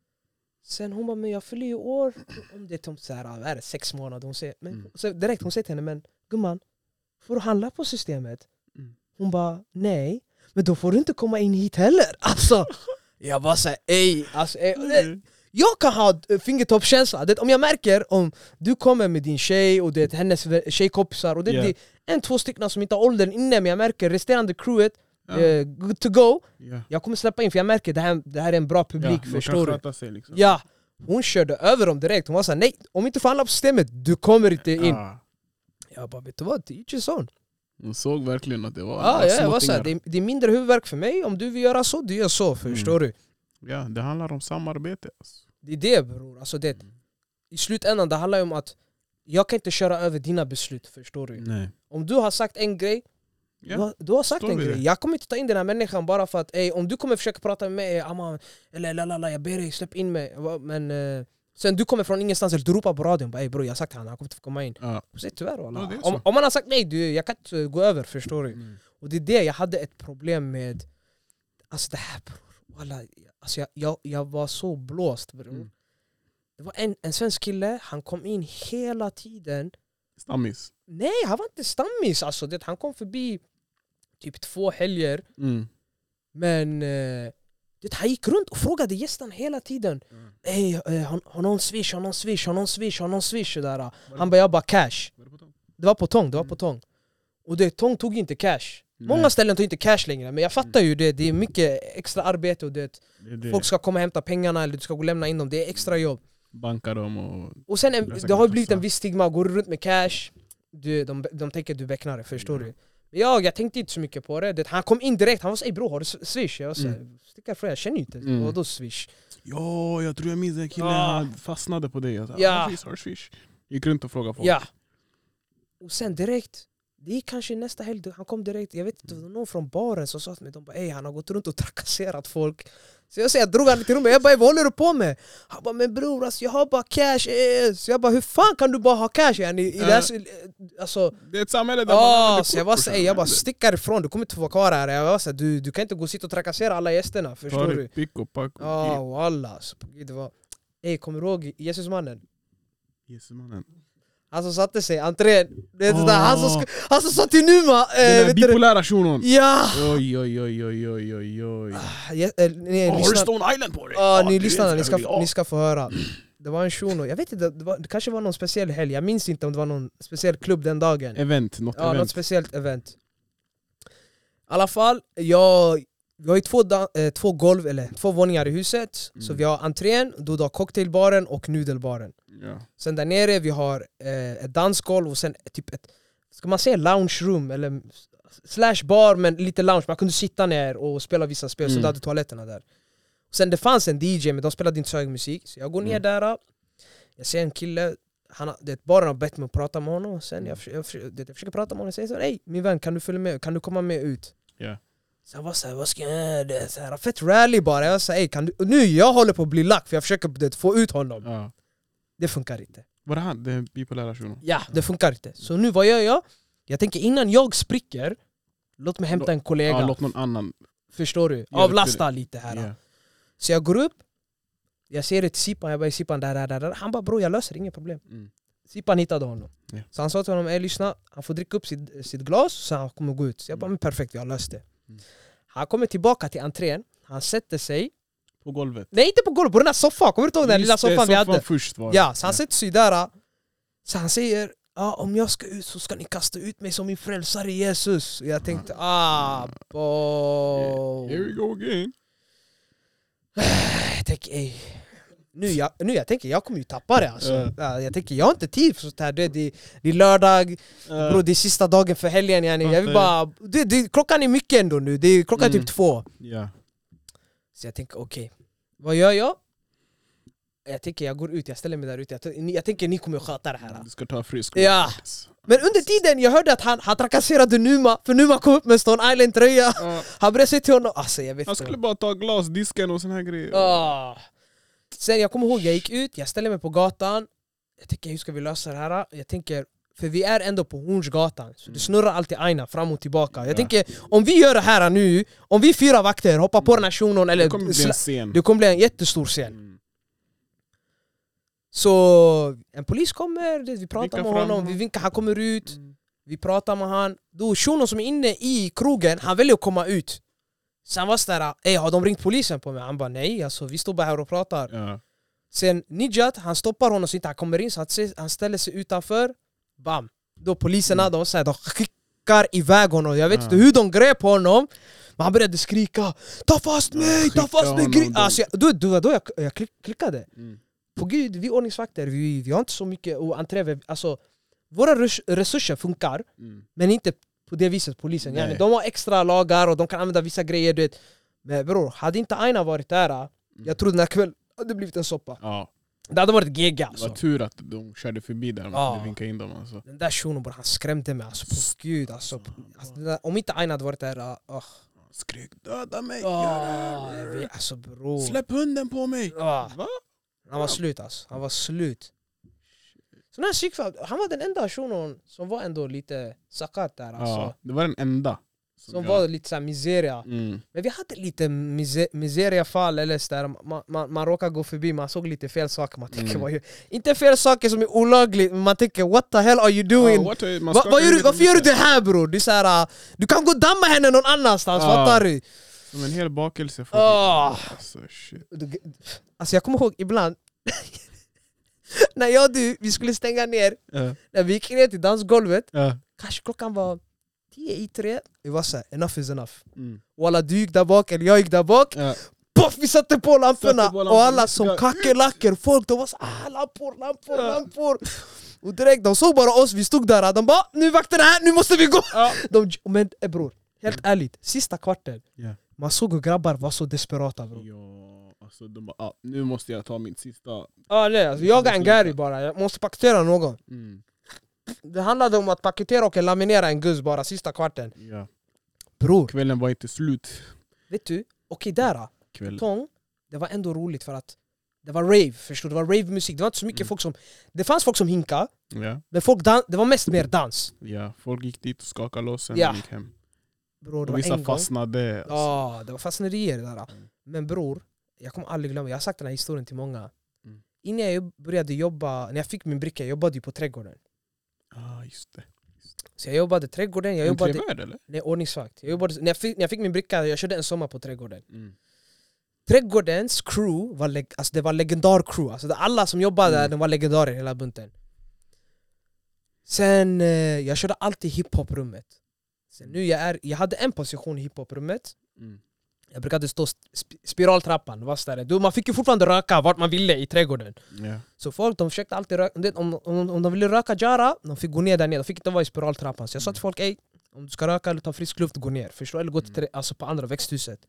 S2: Sen hon bara, men jag fyller ju år om det är typ så här, vad är det, sex månader. Hon säger, men,
S1: Mm.
S2: så direkt hon säger till henne, men gumman, får du handla på systemet?
S1: Mm.
S2: Hon bara, nej, men då får du inte komma in hit heller. Alltså, jag bara såhär, ey. Alltså, ey.
S1: Mm.
S2: Jag kan ha eh, fingertoppskänsla, Det- om jag märker om du kommer med din tjej och det, hennes vä- tjejkompisar och det
S1: Yeah.
S2: blir en, två stycken som inte har åldern inne men jag märker resterande crewet,
S1: Ja.
S2: eh, good to go
S1: Ja.
S2: Jag kommer släppa in för jag märker det här, det här är en bra publik,
S1: Ja, de kan
S2: förstår du?
S1: sköta sig liksom.
S2: Ja, hon körde över dem direkt, hon var såhär nej, om inte får handla på systemet, du kommer inte in
S1: Ja.
S2: Jag bara vet du vad, det är each his own
S1: Hon såg verkligen att det var
S2: ja, ja, jag
S1: småttingar.
S2: var såhär, det, är- det är mindre huvudvärk för mig, om du vill göra så, du gör så,
S1: Mm.
S2: förstår du?
S1: Ja, det handlar om samarbete. Alltså.
S2: Det är det bror, alltså det
S1: Mm.
S2: I slutändan det handlar ju om att jag kan inte köra över dina beslut, förstår du?
S1: Nej.
S2: Om du har sagt en grej,
S1: Mm. Ja,
S2: du, har, du har sagt
S1: står
S2: en
S1: vi det.
S2: grej. Jag kommer inte ta in den här människan bara för att ey, om du kommer försöka prata med mig, ey, Aman, eller lalala, jag ber dig släpp in mig. Va, Men, eh, sen du kommer från ingenstans, eller du ropar på radion, bara, ey bror jag har sagt till honom, han kommer inte få komma in.
S1: Ja.
S2: Så säg tyvärr
S1: Ja,
S2: walla.
S1: det är så.
S2: om, om man har sagt nej, du, jag kan inte gå över, förstår du?
S1: Mm.
S2: Och det är det jag hade ett problem med. Alltså det här bror, walla, alltså jag, jag, jag var så blåst bror.
S1: Mm.
S2: Det var en, en svensk kille, han kom in hela tiden.
S1: Stammis.
S2: Nej, han var inte stammis alltså. Det, han kom förbi typ två helger.
S1: Mm.
S2: Men eh, det, han gick runt och frågade gästen hela tiden.
S1: Mm.
S2: Ey, eh, har, har någon swish? Har någon swish? Har någon swish? Har någon swish? Och Där.
S1: det-
S2: Han bara, jag bara cash.
S1: Var det på dem?
S2: Det var på tång, det var
S1: Mm.
S2: på tång. Och det, tång tog inte cash. Många
S1: Nej, Mm.
S2: ställen tar inte cash längre, men jag fattar ju det. Det är mycket extra arbete och det,
S1: det är det.
S2: folk ska komma och hämta pengarna eller du ska gå och lämna in dem. Det är extra jobb.
S1: bankar dem och...
S2: Och sen en,
S1: Läsa
S2: det har ju
S1: kassa.
S2: blivit en viss stigma, går du runt med cash, du, de, de tänker att du becknar det, förstår
S1: Mm.
S2: du? Men jag, jag tänkte inte så mycket på det, det han kom in direkt, han var såhär bror har du s- swish? Jag var såhär, stick härifrån jag känner ju inte,
S1: Mm.
S2: vadå swish?
S1: Ja, jag tror jag minns en kille,
S2: Ja.
S1: han fastnade på dig. Jag sa,
S2: Ja.
S1: "Har du fish, har du fish?" Gick runt och frågade folk.
S2: Ja! Och sen direkt, det gick kanske nästa helg, han kom direkt, jag vet inte,
S1: Mm.
S2: det var någon från baren som sa till mig, de bara ey han har gått runt och trakasserat folk Så jag säger, jag drog han till rummet, jag bara "Ey, vad håller du på med? Han bara men bror alltså, jag har bara cash, eh. så jag bara hur fan kan du bara ha cash? Yani, i det här, så- eh, alltså
S1: Det är ett samhälle där
S2: Ja,
S1: använder
S2: Ah,
S1: typ
S2: så jag
S1: kort
S2: bara
S1: brorsan.
S2: säger, jag bara stick härifrån, du kommer inte få vara kvar här. Jag bara, så här, du, du kan inte gå och sitta och trakassera alla gästerna,
S1: Ta
S2: förstår du?
S1: ditt pick och pack och
S2: Ja, walla. Så på Gud, det var... Ey, kommer du ihåg Jesusmannen?
S1: ge- Jesus,
S2: Eh,
S1: mannen.
S2: Han som satte sig i entrén. Det är det där,
S1: Åh.
S2: han, som sk- han som sa till Numa! Eh,
S1: Den där
S2: vet du det?
S1: bipolära shunon!
S2: Ja!
S1: Oj, oj, oj, oj, oj, oj, oj.
S2: Ah, Je- eh, ni,
S1: Har du
S2: lyssnar,
S1: Stone Island på dig?
S2: ah, ni
S1: det är
S2: lyssnar, ni ska,
S1: jävligt- ja.
S2: ni ska få höra. Det var en shuno, jag vet inte, det, var, det kanske var någon speciell helg, jag minns inte om det var någon speciell klubb den dagen.
S1: Event, något
S2: Ja, något
S1: event.
S2: speciellt event. I alla fall, jag, vi har ju två, da, eh, två golv, eller två våningar i huset. Så
S1: Mm.
S2: vi har entrén, då du har cocktailbaren och nudelbaren.
S1: Ja.
S2: Sen där nere vi har eh, ett dansgolv och sen typ ett, ska man säga lounge room eller slash bar men lite lounge, man kunde sitta ner och spela vissa spel, så
S1: Mm.
S2: du hade toaletterna där. Sen det fanns en DJ men de spelade inte så hög musik, så jag går ner
S1: Mm.
S2: där, jag ser en kille, han har, det, baren har bett mig att prata med honom, sen jag, försöker- jag, försöker- det, jag försöker prata med honom och säger så här, hej min vän kan du följa med, kan du komma med ut?
S1: Ja.
S2: Så han var såhär, vad ska jag göra? Det är så här, Fett rally bara, jag sa "Ey, kan du, och nu jag håller på att bli lack för jag försöker det, få ut honom,
S1: Ja.
S2: det funkar inte.
S1: Var det han, den bipolära shunon?
S2: Ja, det funkar inte. Så nu vad gör jag? Jag tänker innan jag spricker, låt mig hämta en kollega.
S1: Ja, låt någon annan.
S2: förstår du?
S1: det.
S2: Avlasta lite här.
S1: Ja.
S2: Så jag går upp, jag ser ett Sipan, jag bara Sipan där, där, där, där. Han bara bror jag löser inga problem.
S1: Mm.
S2: Sipan hittade honom.
S1: Ja.
S2: Så han sa till honom, "Ey, lyssna, han får dricka upp sitt, sitt glas så han kommer gå ut. Så jag bara, men perfekt, jag har löst det.
S1: Mm.
S2: Han kommer tillbaka till entrén, han sätter sig
S1: På golvet.
S2: Nej inte på golvet, på den här soffan, kommer du inte ihåg den här lilla
S1: Just det,
S2: soffan vi hade?
S1: först var det.
S2: Ja, så han sätter sig där. ah. Så han säger Ja, om jag ska ut så ska ni kasta ut mig som min frälsare Jesus. Jag tänkte ah, bo.
S1: Mm. Here we go again.
S2: Jag tänker ej. Nu jag, nu jag tänker jag kommer ju tappa det alltså.
S1: Ja.
S2: Ja, Jag tänker jag har inte tid för sånt här. Det, det, det är lördag,
S1: Eh,
S2: bro, det är sista dagen för helgen. Yani. Jag vill
S1: Fattar.
S2: bara, det, det, klockan är mycket ändå nu. Det är klockan är
S1: Mm.
S2: typ två.
S1: Ja.
S2: Så jag tänker okej, vad gör jag? Jag tänker jag går ut, jag ställer mig där ute. Jag, t- ni- jag tänker ni kommer sköta det här.
S1: Du ska ta frisk
S2: Ja. Men under tiden, jag hörde att han, han trakasserade Numa, för Numa kom upp med en Stone Island-tröja.
S1: Ja.
S2: Han började säga till honom, alltså jag vet
S1: Han
S2: inte.
S1: skulle bara ta glasdisken och såna här grejer.
S2: Ah. Sen jag kommer ihåg, jag gick ut, jag ställde mig på gatan. Jag tänker hur ska vi lösa det här? Jag tänker, för vi är ändå på Hornsgatan, så det snurrar alltid aina fram och tillbaka. Jag
S1: Mm. Ja.
S2: tänker, om vi gör det här nu, om vi fyra vakter hoppar på den här shunon eller...
S1: Mm. Det kommer bli en
S2: sla-
S1: scen.
S2: det kommer bli en jättestor scen.
S1: Mm.
S2: Så en polis kommer, det- vi pratar
S1: Vinkar
S2: med
S1: fram
S2: honom,
S1: honom.
S2: vi vinkar, han kommer ut.
S1: Mm.
S2: Vi pratar med han. Då shunon som är inne i krogen, han väljer att komma ut. Sen var det sådär, ey har de ringt polisen på mig? Han bara nej, alltså, vi står bara här och pratar.
S1: Ja.
S2: Sen Nijat, han stoppar honom så inte han kommer in, så han, se- han ställer sig utanför. Bam! Då poliserna, de, så här, de skickar iväg honom. Jag vet
S1: Ja.
S2: inte hur de grep honom. Men han började skrika Ta fast mig!
S1: skicka
S2: Ta fast mig!
S1: honom
S2: Gri-"
S1: då.
S2: Alltså, jag, då, då, då jag, jag klick- klickade.
S1: Mm.
S2: På gud, vi är ordningsvakter, vi, vi har inte så mycket och entréver. Alltså, våra res- resurser funkar,
S1: Mm.
S2: men inte på det viset polisen.
S1: Nej.
S2: Yani, de har extra lagar och de kan använda vissa grejer. Du vet. Men bror, hade inte Aina varit
S1: Mm.
S2: där, jag tror den här kvällen hade blivit en soppa.
S1: Ja.
S2: Det hade varit GG
S1: Det var
S2: alltså.
S1: tur att de körde förbi där. Man
S2: Ja.
S1: kunde vinka in dem alltså.
S2: Den där shunon bror, han skrämde mig alltså. På gud alltså. På, alltså den där, om inte Aina hade varit där, ah, ah.
S1: Han Skrek döda mig!
S2: Ah, jag
S1: gör det
S2: vet, alltså bror.
S1: här. Släpp hunden på mig!
S2: Ah,
S1: Va?
S2: han var slut alltså. Han var slut. Så när han gick fram, han var den enda shunon som var ändå lite sakat där alltså.
S1: Ja, det var den enda.
S2: Som
S1: jag-
S2: var lite såhär miseria.
S1: Mm.
S2: Men vi hade lite mise- miseriafall, eller så där. Man, man, man råkade gå förbi, man såg lite fel saker. Man tänker,
S1: Mm.
S2: vad gör- inte fel saker som är olagligt, men man tänker what the hell are you doing?
S1: Ja, Oh, what- man
S2: Va,
S1: skakar
S2: vad gör du,
S1: huvudet
S2: varför gör du
S1: lite.
S2: det här bror? Du, är så här, äh, du kan gå och damma henne någon annanstans,
S1: Ja.
S2: fattar du?
S1: Som en hel bakelse. för-
S2: Ah.
S1: Alltså, shit.
S2: Du- Alltså jag kommer ihåg ibland, när jag och du vi skulle stänga ner,
S1: Ja.
S2: när vi gick ner till dansgolvet,
S1: Ja.
S2: kanske klockan var 10 i tre. Vi var såhär, enough is enough.
S1: Mm. eh.
S2: Walla du gick där bak, eller jag gick där bak.
S1: Ja.
S2: Poff, vi satte på lamporna!
S1: Satte på lamporna.
S2: och alla som
S1: Ja.
S2: kackerlackor, folk de var så ah, lampor, lampor,
S1: Ja.
S2: lampor. Och direkt, de såg bara oss, vi stod där, de bara nu är vakterna här, nu måste vi gå!
S1: Ja.
S2: De, men eh, bror, helt ärligt, sista kvarten,
S1: Ja.
S2: man såg hur grabbar var så desperata bror.
S1: Ja, alltså de bara, ah, nu måste jag ta mitt sista.
S2: Ah, nej, alltså, jag är en Gary bara, jag måste paketera någon.
S1: Mm.
S2: Det handlade om att paketera och laminera en guzz bara, sista kvarten.
S1: Ja.
S2: Bror,
S1: Kvällen var inte slut.
S2: vet du? Okej där, ah,
S1: Kväll.
S2: Tång, det var ändå roligt för att det var rave, förstår du? Det var rave-musik, det var inte så mycket
S1: Mm.
S2: folk som... Det fanns folk som hinkade,
S1: Ja.
S2: Men folk dan- det var mest mer dans.
S1: ja, folk gick dit och skakade loss sen
S2: Ja.
S1: gick hem.
S2: Bror,
S1: Och
S2: det var
S1: vissa
S2: en gång.
S1: fastnade. Alltså.
S2: Ja, det var fastnerier där.
S1: Mm.
S2: Men bror, jag kommer aldrig glömma, jag har sagt den här historien till många.
S1: Mm.
S2: Innan jag jobb- började jobba, när jag fick min bricka, jag jobbade ju på trädgården.
S1: Ah, just det.
S2: Så jag jobbade i trädgården, jag
S1: Jag
S2: jobbade
S1: Entrevärd eller?
S2: nej, ordningsvakt. Jag jobbade, när, jag fick, när jag fick min bricka, jag körde en sommar på trädgården.
S1: Mm.
S2: Trädgårdens crew, var leg- alltså det var legendar crew. Alltså det, alla som jobbade där,
S1: Mm.
S2: de var legendarer hela bunten. Sen, eh, jag körde alltid hiphop-rummet. Sen nu jag, är, jag hade en position i hiphop-rummet.
S1: Mm.
S2: Jag brukade stå sp- spiraltrappan, det var större. Du, man fick ju fortfarande röka vart man ville i trädgården.
S1: Ja.
S2: Så folk de försökte alltid röka, Du vet, om, om, om de ville röka jara, de fick gå ner där nere, de fick inte vara i spiraltrappan. Så jag sa till folk, ey, om du ska röka eller ta frisk luft, gå ner. Förstår du? Eller gå till trä- alltså på andra växthuset.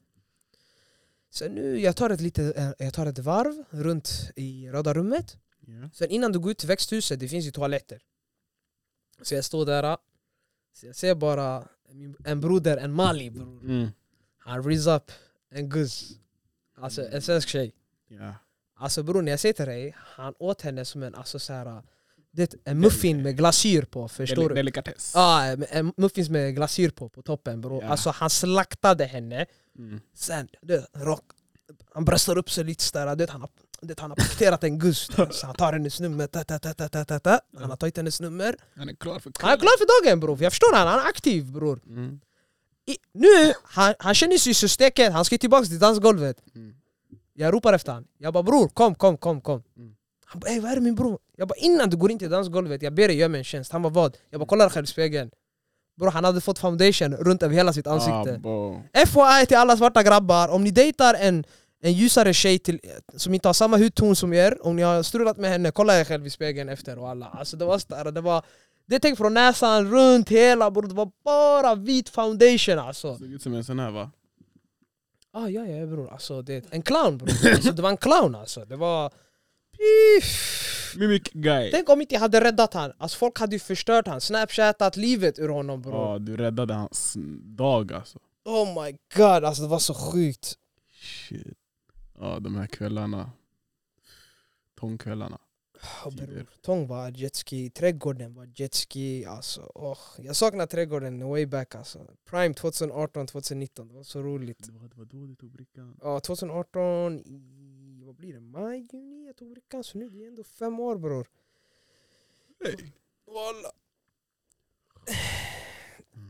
S2: Så nu, jag tar ett litet, eh, jag tar ett varv runt i röda rummet.
S1: Ja.
S2: Sen innan du går ut till växthuset, det finns ju toaletter. Så jag står där, så jag ser bara min- en broder, en mali bror.
S1: Mm.
S2: Han riz up en guzz. Alltså en svensk tjej.
S1: Ja.
S2: Alltså bror, när jag säger till dig, han åt henne som en, alltså så här, det, en muffin med glasyr på, förstår
S1: Deli-
S2: du?
S1: Delikatess.
S2: Ja, en- en muffins med glasyr på, på toppen bror.
S1: Ja.
S2: Alltså han slaktade henne,
S1: Mm.
S2: sen, du vet, rock. Han bröstar upp sig lite sådär, du vet, han har, du vet, han har paketerat en guzz. Så han tar hennes nummer, ta, ta, ta, ta, ta, ta, ta. han har tagit hennes nummer.
S1: Han är klar för
S2: Han är glad för dagen bror, jag förstår han, han är aktiv bror.
S1: Mm.
S2: I, nu, han, han känner sig så steket, han ska tillbaka till dansgolvet.
S1: Mm.
S2: Jag ropar efter han. Jag bara bror kom, kom, kom, kom.
S1: Mm.
S2: Han bara ey vad är det min bror? Jag bara innan du går in till dansgolvet, jag ber dig göra mig en tjänst. Han bara vad? Jag bara kolla dig själv i spegeln. Bror han hade fått foundation runt över hela sitt
S1: Ah,
S2: ansikte.
S1: Abba.
S2: FYI till alla svarta grabbar, om ni dejtar en, en ljusare tjej till, som inte har samma hudton som er, om ni har strulat med henne, kolla er själv i spegeln efter och alla. Alltså det var sådär, det var... Det tänk från näsan runt hela bror, det var bara vit foundation alltså.
S1: Såg ut som en sån här va?
S2: Ah, ja, ja bror, alltså det, en clown bror. Alltså, det var en clown alltså. Det var... Piff.
S1: Mimic guy.
S2: Tänk om inte jag hade räddat han. Alltså folk hade ju förstört han, snapchatat livet ur honom bror.
S1: Ja, du räddade hans dag alltså.
S2: Oh my god, alltså det var så sjukt.
S1: Shit. Ja, de här kvällarna. Tångkvällarna.
S2: Ja, Ah, bror.
S1: tider.
S2: Tång var jetski, trädgården var jetski. Alltså, åh. Jag saknar trädgården way back alltså. Prime 2018, 2019, det var så roligt.
S1: Det var, det var då du tog brickan.
S2: Ja, 2018 i, vad blir det, maj, juni? Jag tog brickan, så nu är det ändå fem år bror.
S1: Hey.
S2: Walla.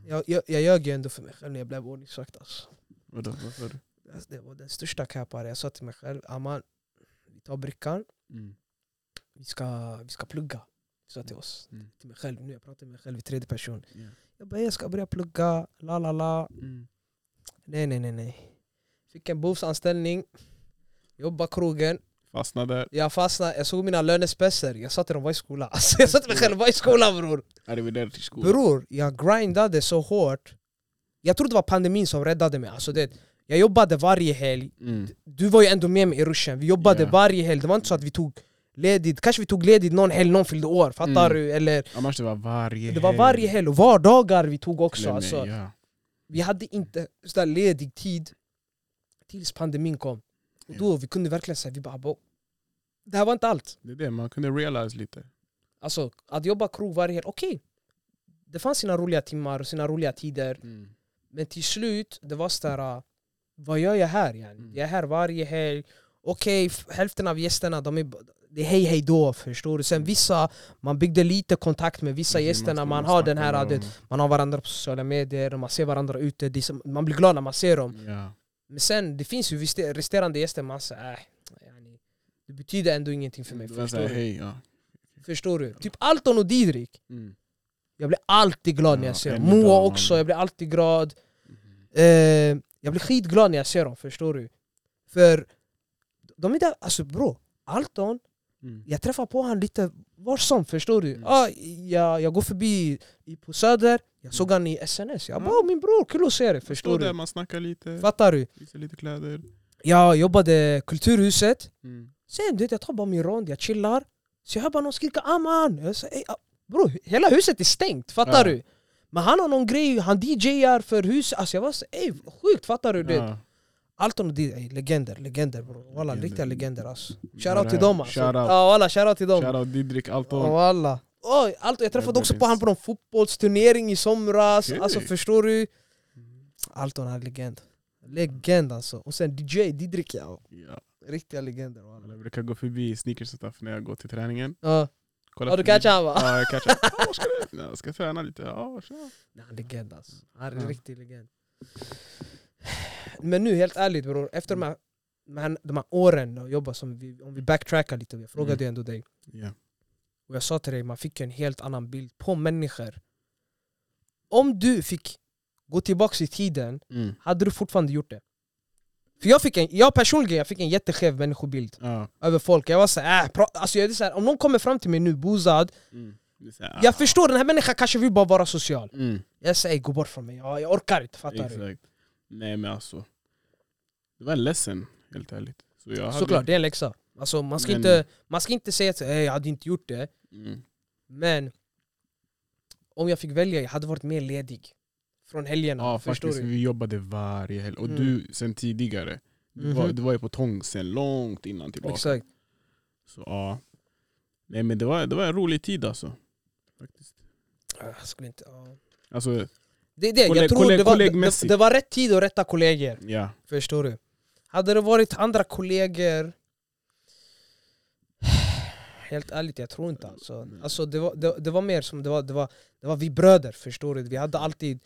S2: Jag, jag, jag ljög ju ändå för mig själv när jag blev ordningsvakt alltså.
S1: Vadå, vad sa du?
S2: Alltså, Det var den största kaparen. Jag sa till mig själv, Aman, vi tar brickan,
S1: Mm.
S2: vi ska, vi ska plugga. Sa till oss,
S1: Mm.
S2: till mig själv. Nu jag pratar med mig själv i tredje person.
S1: Ja.
S2: Jag bara, jag ska börja plugga, la la la.
S1: Mm.
S2: Nej, nej, nej, nej. Fick en bovsanställning, jobba krogen.
S1: Fastnade där.
S2: Jag fastnade, jag såg mina lönespesser. Jag sa till dem, vad är skolan? Alltså, jag sa till mig själv, vad är skolan bror?
S1: Arrivederci till skolan.
S2: Bror, jag grindade så hårt. Jag tror det var pandemin som räddade mig. Alltså, det, jag jobbade varje helg.
S1: Mm.
S2: Du var ju ändå med mig i ruschen. Vi jobbade
S1: Ja.
S2: varje helg. Det var inte så att vi tog ledigt. Kanske vi tog ledigt någon helg, någon fyllde år. Fattar
S1: Mm.
S2: du? Eller,
S1: Annars det var varje
S2: det var varje helg och vardagar vi tog också.
S1: Glöm mig,
S2: Alltså.
S1: ja.
S2: Vi hade inte sådär ledig tid tills pandemin kom. Och då vi kunde verkligen säga, vi bara "Abo, Det här var inte allt.
S1: Det är det, man kunde realize lite.
S2: Alltså att jobba krog varje helg, okej. Det fanns sina roliga timmar och sina roliga tider.
S1: Mm.
S2: Men till slut, det var sådär, ah, vad gör jag här? Yani?
S1: Mm.
S2: Jag är här varje helg. Okej, f- hälften av gästerna, de är, b- det är hej hej då, förstår du?
S1: Mm.
S2: Sen vissa, man byggde lite kontakt med vissa gästerna, man har den här, ah, du vet, man har varandra på sociala medier, och man ser varandra ute, det är som- man blir glad när man ser dem.
S1: Ja.
S2: Men sen, det finns ju visst- resterande gäster man säger äh, yani, det betyder ändå ingenting för mig.
S1: Det var så
S2: Förstår
S1: här,
S2: du?
S1: Mm, hej, ja.
S2: förstår du? Typ Alton och Didrik,
S1: Mm.
S2: jag blir alltid glad när
S1: Ja,
S2: jag ser dem.
S1: än idag,
S2: Moa
S1: man
S2: också,
S1: blir-
S2: jag blir alltid glad.
S1: Mhm.
S2: Eh, jag blir skitglad när jag ser dem, förstår du? För de är där, alltså bro, Alton,
S1: Mm.
S2: jag träffar på han lite var som, förstår du?
S1: Mm.
S2: Ah, jag, jag går förbi i- på Söder, jag såg han i SNS, jag bara
S1: Mm.
S2: "Åh, min bror, kul att se dig,
S1: Stå
S2: förstår
S1: där,
S2: du?
S1: man snackar lite,
S2: Fattar du?
S1: visar lite kläder.
S2: Jag jobbade Kulturhuset,
S1: Mm.
S2: Sen du vet, jag tar bara min rond, jag chillar. Så jag hör bara någon skrika aman. Jag säger, "Ey, ah, bro, hela huset är stängt, fattar
S1: Ja.
S2: du? Men han har någon grej, han DJar för huset. Alltså jag var så, ey sjukt fattar du? det?
S1: Ja.
S2: Alton och DJ, ey, legender, legender bror. Walla,
S1: Legender.
S2: riktiga legender alltså.
S1: Bara
S2: Shoutout till
S1: här,
S2: dem alltså.
S1: shoutout.
S2: Ja walla, shoutout till dem.
S1: Shoutout Didrik
S2: Ja,
S1: Alton.
S2: Walla. Oj, Alton, jag träffade
S1: Legend
S2: också på han
S1: finns.
S2: på någon fotbollsturnering i somras.
S1: Okej.
S2: Alltså förstår du? Alton är legend. Legend alltså. Och sen DJ Didrik, ja.
S1: Ja.
S2: Riktiga legender walla.
S1: Jag brukar gå förbi sneakers och stuff när jag går till träningen.
S2: Ja,
S1: Kolla
S2: har du
S1: förbi.
S2: catchat han va?
S1: Ja, jag catchar. Ja, vad ska du? Jag ska träna lite. Ja, tja.
S2: Nej, han är legend alltså. Han är
S1: Mm. Ja.
S2: en riktig legend. Men nu helt ärligt bror, efter de här, de här, de här åren och jobba som vi, om vi backtrackar lite, jag frågade
S1: Mm.
S2: ju ändå dig.
S1: Ja.
S2: Och jag sa till dig, man fick ju en helt annan bild på människor. Om du fick gå tillbaka i tiden,
S1: Mm.
S2: hade du fortfarande gjort det? För jag, fick en, jag personligen jag fick en jätteskev människobild
S1: Ja.
S2: över folk. Jag var såhär, äh, pra- alltså jag är så här, om någon kommer fram till mig nu, bozad.
S1: Mm. Det är så här,
S2: Jag förstår, den här människan kanske vill bara vara social.
S1: Mm.
S2: Jag säger gå bort från mig, jag, jag orkar inte, fattar du?
S1: Exakt. Nej men alltså. Det var en lesson, helt ärligt. Så jag hade-
S2: Såklart, det är en läxa. Alltså, man, ska
S1: Men-
S2: inte, man ska inte säga att "Eh, jag hade inte gjort det,
S1: Mm.
S2: men om jag fick välja, jag hade varit mer ledig från helgerna.
S1: Ja
S2: förstår
S1: faktiskt,
S2: du?
S1: vi jobbade varje helg. Och
S2: Mm.
S1: du sen tidigare. Du, var,
S2: Mhm.
S1: du var ju på tång sen långt innan tillbaka.
S2: Exakt.
S1: Så ja. Nej men det var, det var en rolig tid alltså. Faktiskt.
S2: Ah, Jag skulle inte... ja.
S1: Alltså,
S2: Det är det,
S1: Kolleg-
S2: jag tror
S1: kolleg-
S2: det, var, det,
S1: kollegmässigt.
S2: det var rätt tid och rätta kollegor.
S1: ja.
S2: Förstår du? Hade det varit andra kollegor... Helt ärligt, jag tror inte alltså.
S1: Nej.
S2: alltså det, var, det, det var mer som det var, det var, det var vi bröder, förstår du? Vi hade alltid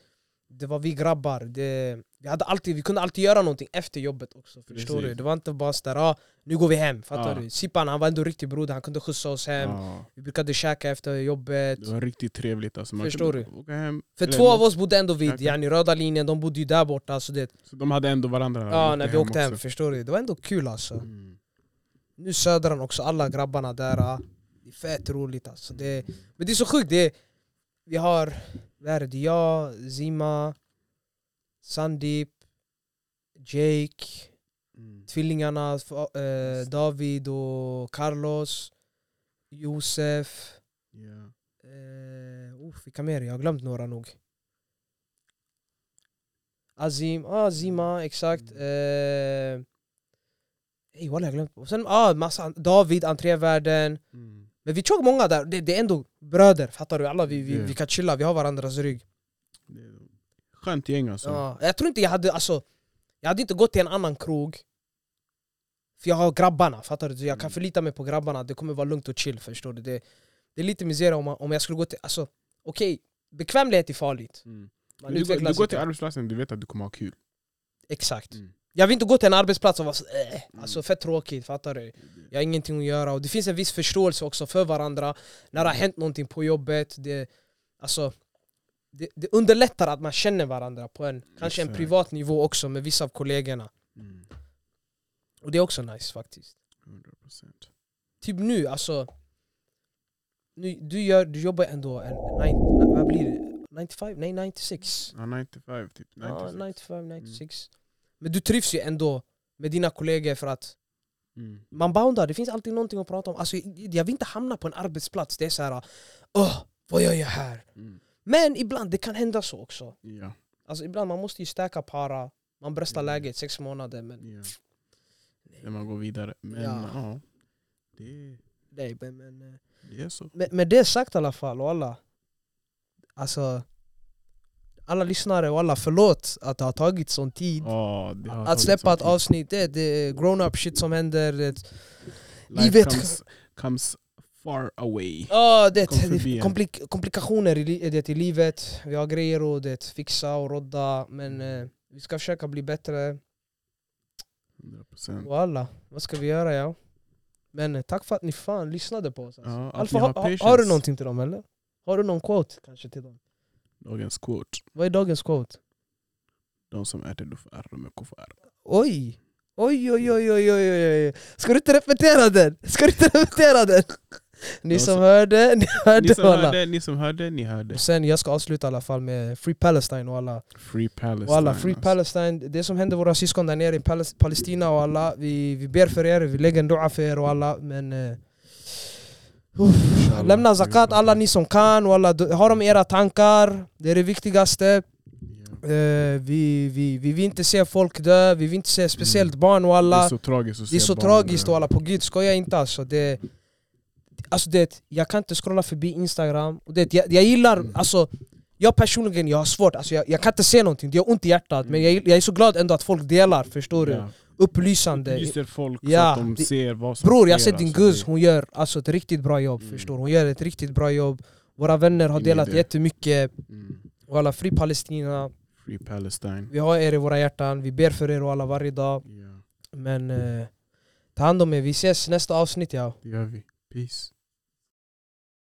S2: Det var vi grabbar, det, vi, hade alltid, vi kunde alltid göra någonting efter jobbet också. Förstår
S1: Precis.
S2: du? Det var inte bara sådär, ah, nu går vi hem. Fattar
S1: Ja.
S2: du? Sippan han var ändå riktig broder, han kunde skjutsa oss hem.
S1: Ja,
S2: Vi brukade käka efter jobbet.
S1: det var riktigt trevligt alltså. Man
S2: Förstår
S1: kunde Åka hem.
S2: För
S1: Eller-
S2: två av oss bodde ändå vid
S1: Okej.
S2: yani, röda linjen, de bodde ju där borta. Så det,
S1: Så de hade ändå varandra när
S2: ja, när vi åkte hem,
S1: också.
S2: förstår du? Det var ändå kul alltså.
S1: Mm.
S2: Nu Södran också, alla grabbarna där. ah, Det är fett roligt alltså. Det, men det är så sjukt. Det, vi har, vad är det? Det är jag, Zima, Sandeep, Jake,
S1: Mm.
S2: tvillingarna, fa- eh, David och Carlos, Josef.
S1: Ja.
S2: Eh, oh, vilka mer? Jag har glömt några nog. Azim, ah, Zima, exakt. Eh, Ey walla jag har glömt. Och sen ah, massa, David, entrévärden.
S1: Mm.
S2: Men vi tog många där, det, det är ändå bröder, fattar du? Alla vi, vi,
S1: Ja.
S2: vi kan chilla, vi har varandras rygg.
S1: Det är Skönt gäng alltså.
S2: Ja, jag tror inte jag hade, alltså, jag hade inte gått till en annan krog. För jag har grabbarna, fattar du? Jag kan
S1: Mm.
S2: förlita mig på grabbarna, det kommer vara lugnt och chill, förstår du? Det, det är lite miseria om, man- om jag skulle gå till, alltså okej, bekvämlighet är farligt.
S1: Mm.
S2: Man
S1: Du, går- du
S2: utvecklas
S1: går
S2: inte.
S1: till arbetsplatsen, du vet att du kommer ha kul.
S2: Exakt.
S1: Mm.
S2: Jag vill inte gå till en arbetsplats och vara så, äh, alltså
S1: Mm.
S2: fett tråkigt, fattar du? Jag har ingenting att göra och det finns en viss förståelse också för varandra när det har hänt någonting på jobbet. Det, alltså, det, det underlättar att man känner varandra på en, kanske en
S1: Exakt.
S2: privat nivå också med vissa av kollegorna.
S1: Mm.
S2: Och det är också nice faktiskt.
S1: 100%.
S2: Typ nu, alltså. Nu, du, gör, du jobbar ändå en, en nine, vad blir det? 95? Nej, 96.
S1: Ja, 95 typ.
S2: Ja,
S1: 96.
S2: 95, 96. Men du trivs ju ändå med dina kollegor för att
S1: Mm.
S2: man boundar, det finns alltid någonting att prata om. Alltså, jag vill inte hamna på en arbetsplats, det är så här, åh, vad gör jag här?
S1: Mm.
S2: Men ibland, det kan hända så också.
S1: Ja,
S2: Alltså ibland, man måste ju stärka para, man bröstar
S1: Mm.
S2: läget sex månader, men
S1: ja. När man går vidare. Men
S2: Ja.
S1: ja, det,
S2: nej. Men, men, eh,
S1: det är så.
S2: med, med det sagt i alla fall, och alla, alltså, alla lyssnare och alla, förlåt att det har tagit sån tid.
S1: Ja, det har
S2: Att
S1: tagit
S2: släppa
S1: sån
S2: ett
S1: tid.
S2: avsnitt, det, det är grown-up shit som händer. Det,
S1: Life
S2: livet-
S1: Comes, comes far away.
S2: oh, det,
S1: Kom förbi
S2: det
S1: en.
S2: komplik, komplikationer i, li- det, i livet. Vi har grejer att det, fixa och rodda, men eh, vi ska försöka bli bättre.
S1: 100%.
S2: Och alla, vad ska vi göra ja? Men eh, tack för att ni fan lyssnade på oss. Alltså.
S1: Ja, att
S2: Alfa,
S1: ni
S2: har,
S1: har
S2: har, har
S1: patience.
S2: du någonting till dem eller? Har du någon quote kanske till dem?
S1: Dagens quote.
S2: Vad är dagens quote?
S1: De som äter dofar, de är kuffar.
S2: Oj! Oj, oj, oj, oj, oj, oj. oj. Ska du inte repetera den? Ska du inte repetera den? Ni
S1: Ja,
S2: som
S1: så-
S2: hörde, ni
S1: Ni
S2: hörde
S1: som
S2: alla.
S1: hörde, ni som hörde, ni hörde.
S2: Och sen jag ska avsluta i alla fall med Free Palestine och alla.
S1: Free Palestine.
S2: Och alla Free
S1: alltså.
S2: Palestine, det som händer våra syskon där nere i Palis- Palestina och alla. Vi, vi ber för er, vi lägger en dua för er och alla. Men, eh, uff.
S1: Inshallah.
S2: lämna zakat alla ni som kan och alla. Har de era tankar, det är det viktigaste.
S1: Ja.
S2: Eh, vi, vi, vi vill inte se folk dö, vi vill inte se speciellt barn och alla.
S1: Mm. Det är så tragiskt att
S2: Det är
S1: se
S2: så
S1: barn
S2: tragiskt
S1: dö.
S2: och alla på gud, skoja inte alltså. Det, alltså det, jag kan inte scrolla förbi instagram. Och det, jag, jag gillar,
S1: Mm.
S2: alltså jag personligen jag har svårt, alltså, jag, jag kan inte se någonting, det gör ont i hjärtat. Men jag, jag är så glad ändå att folk delar, förstår du?
S1: Mm. Ja.
S2: Upplysande.
S1: Lyser folk
S2: Ja,
S1: så att de
S2: det-
S1: ser vad som
S2: Bror jag har
S1: sker,
S2: sett din
S1: alltså,
S2: guzz,
S1: det-
S2: hon gör alltså ett riktigt bra jobb,
S1: Mm.
S2: förstår du? Hon gör ett riktigt bra jobb. Våra vänner har
S1: Ingen
S2: delat
S1: idé.
S2: jättemycket,
S1: Mm.
S2: och alla Fri Palestina,
S1: Free Palestine.
S2: vi har er i våra hjärtan, vi ber för er och alla varje dag.
S1: Ja,
S2: Men eh, ta hand om er, vi ses nästa avsnitt ja.
S1: det gör vi. Peace.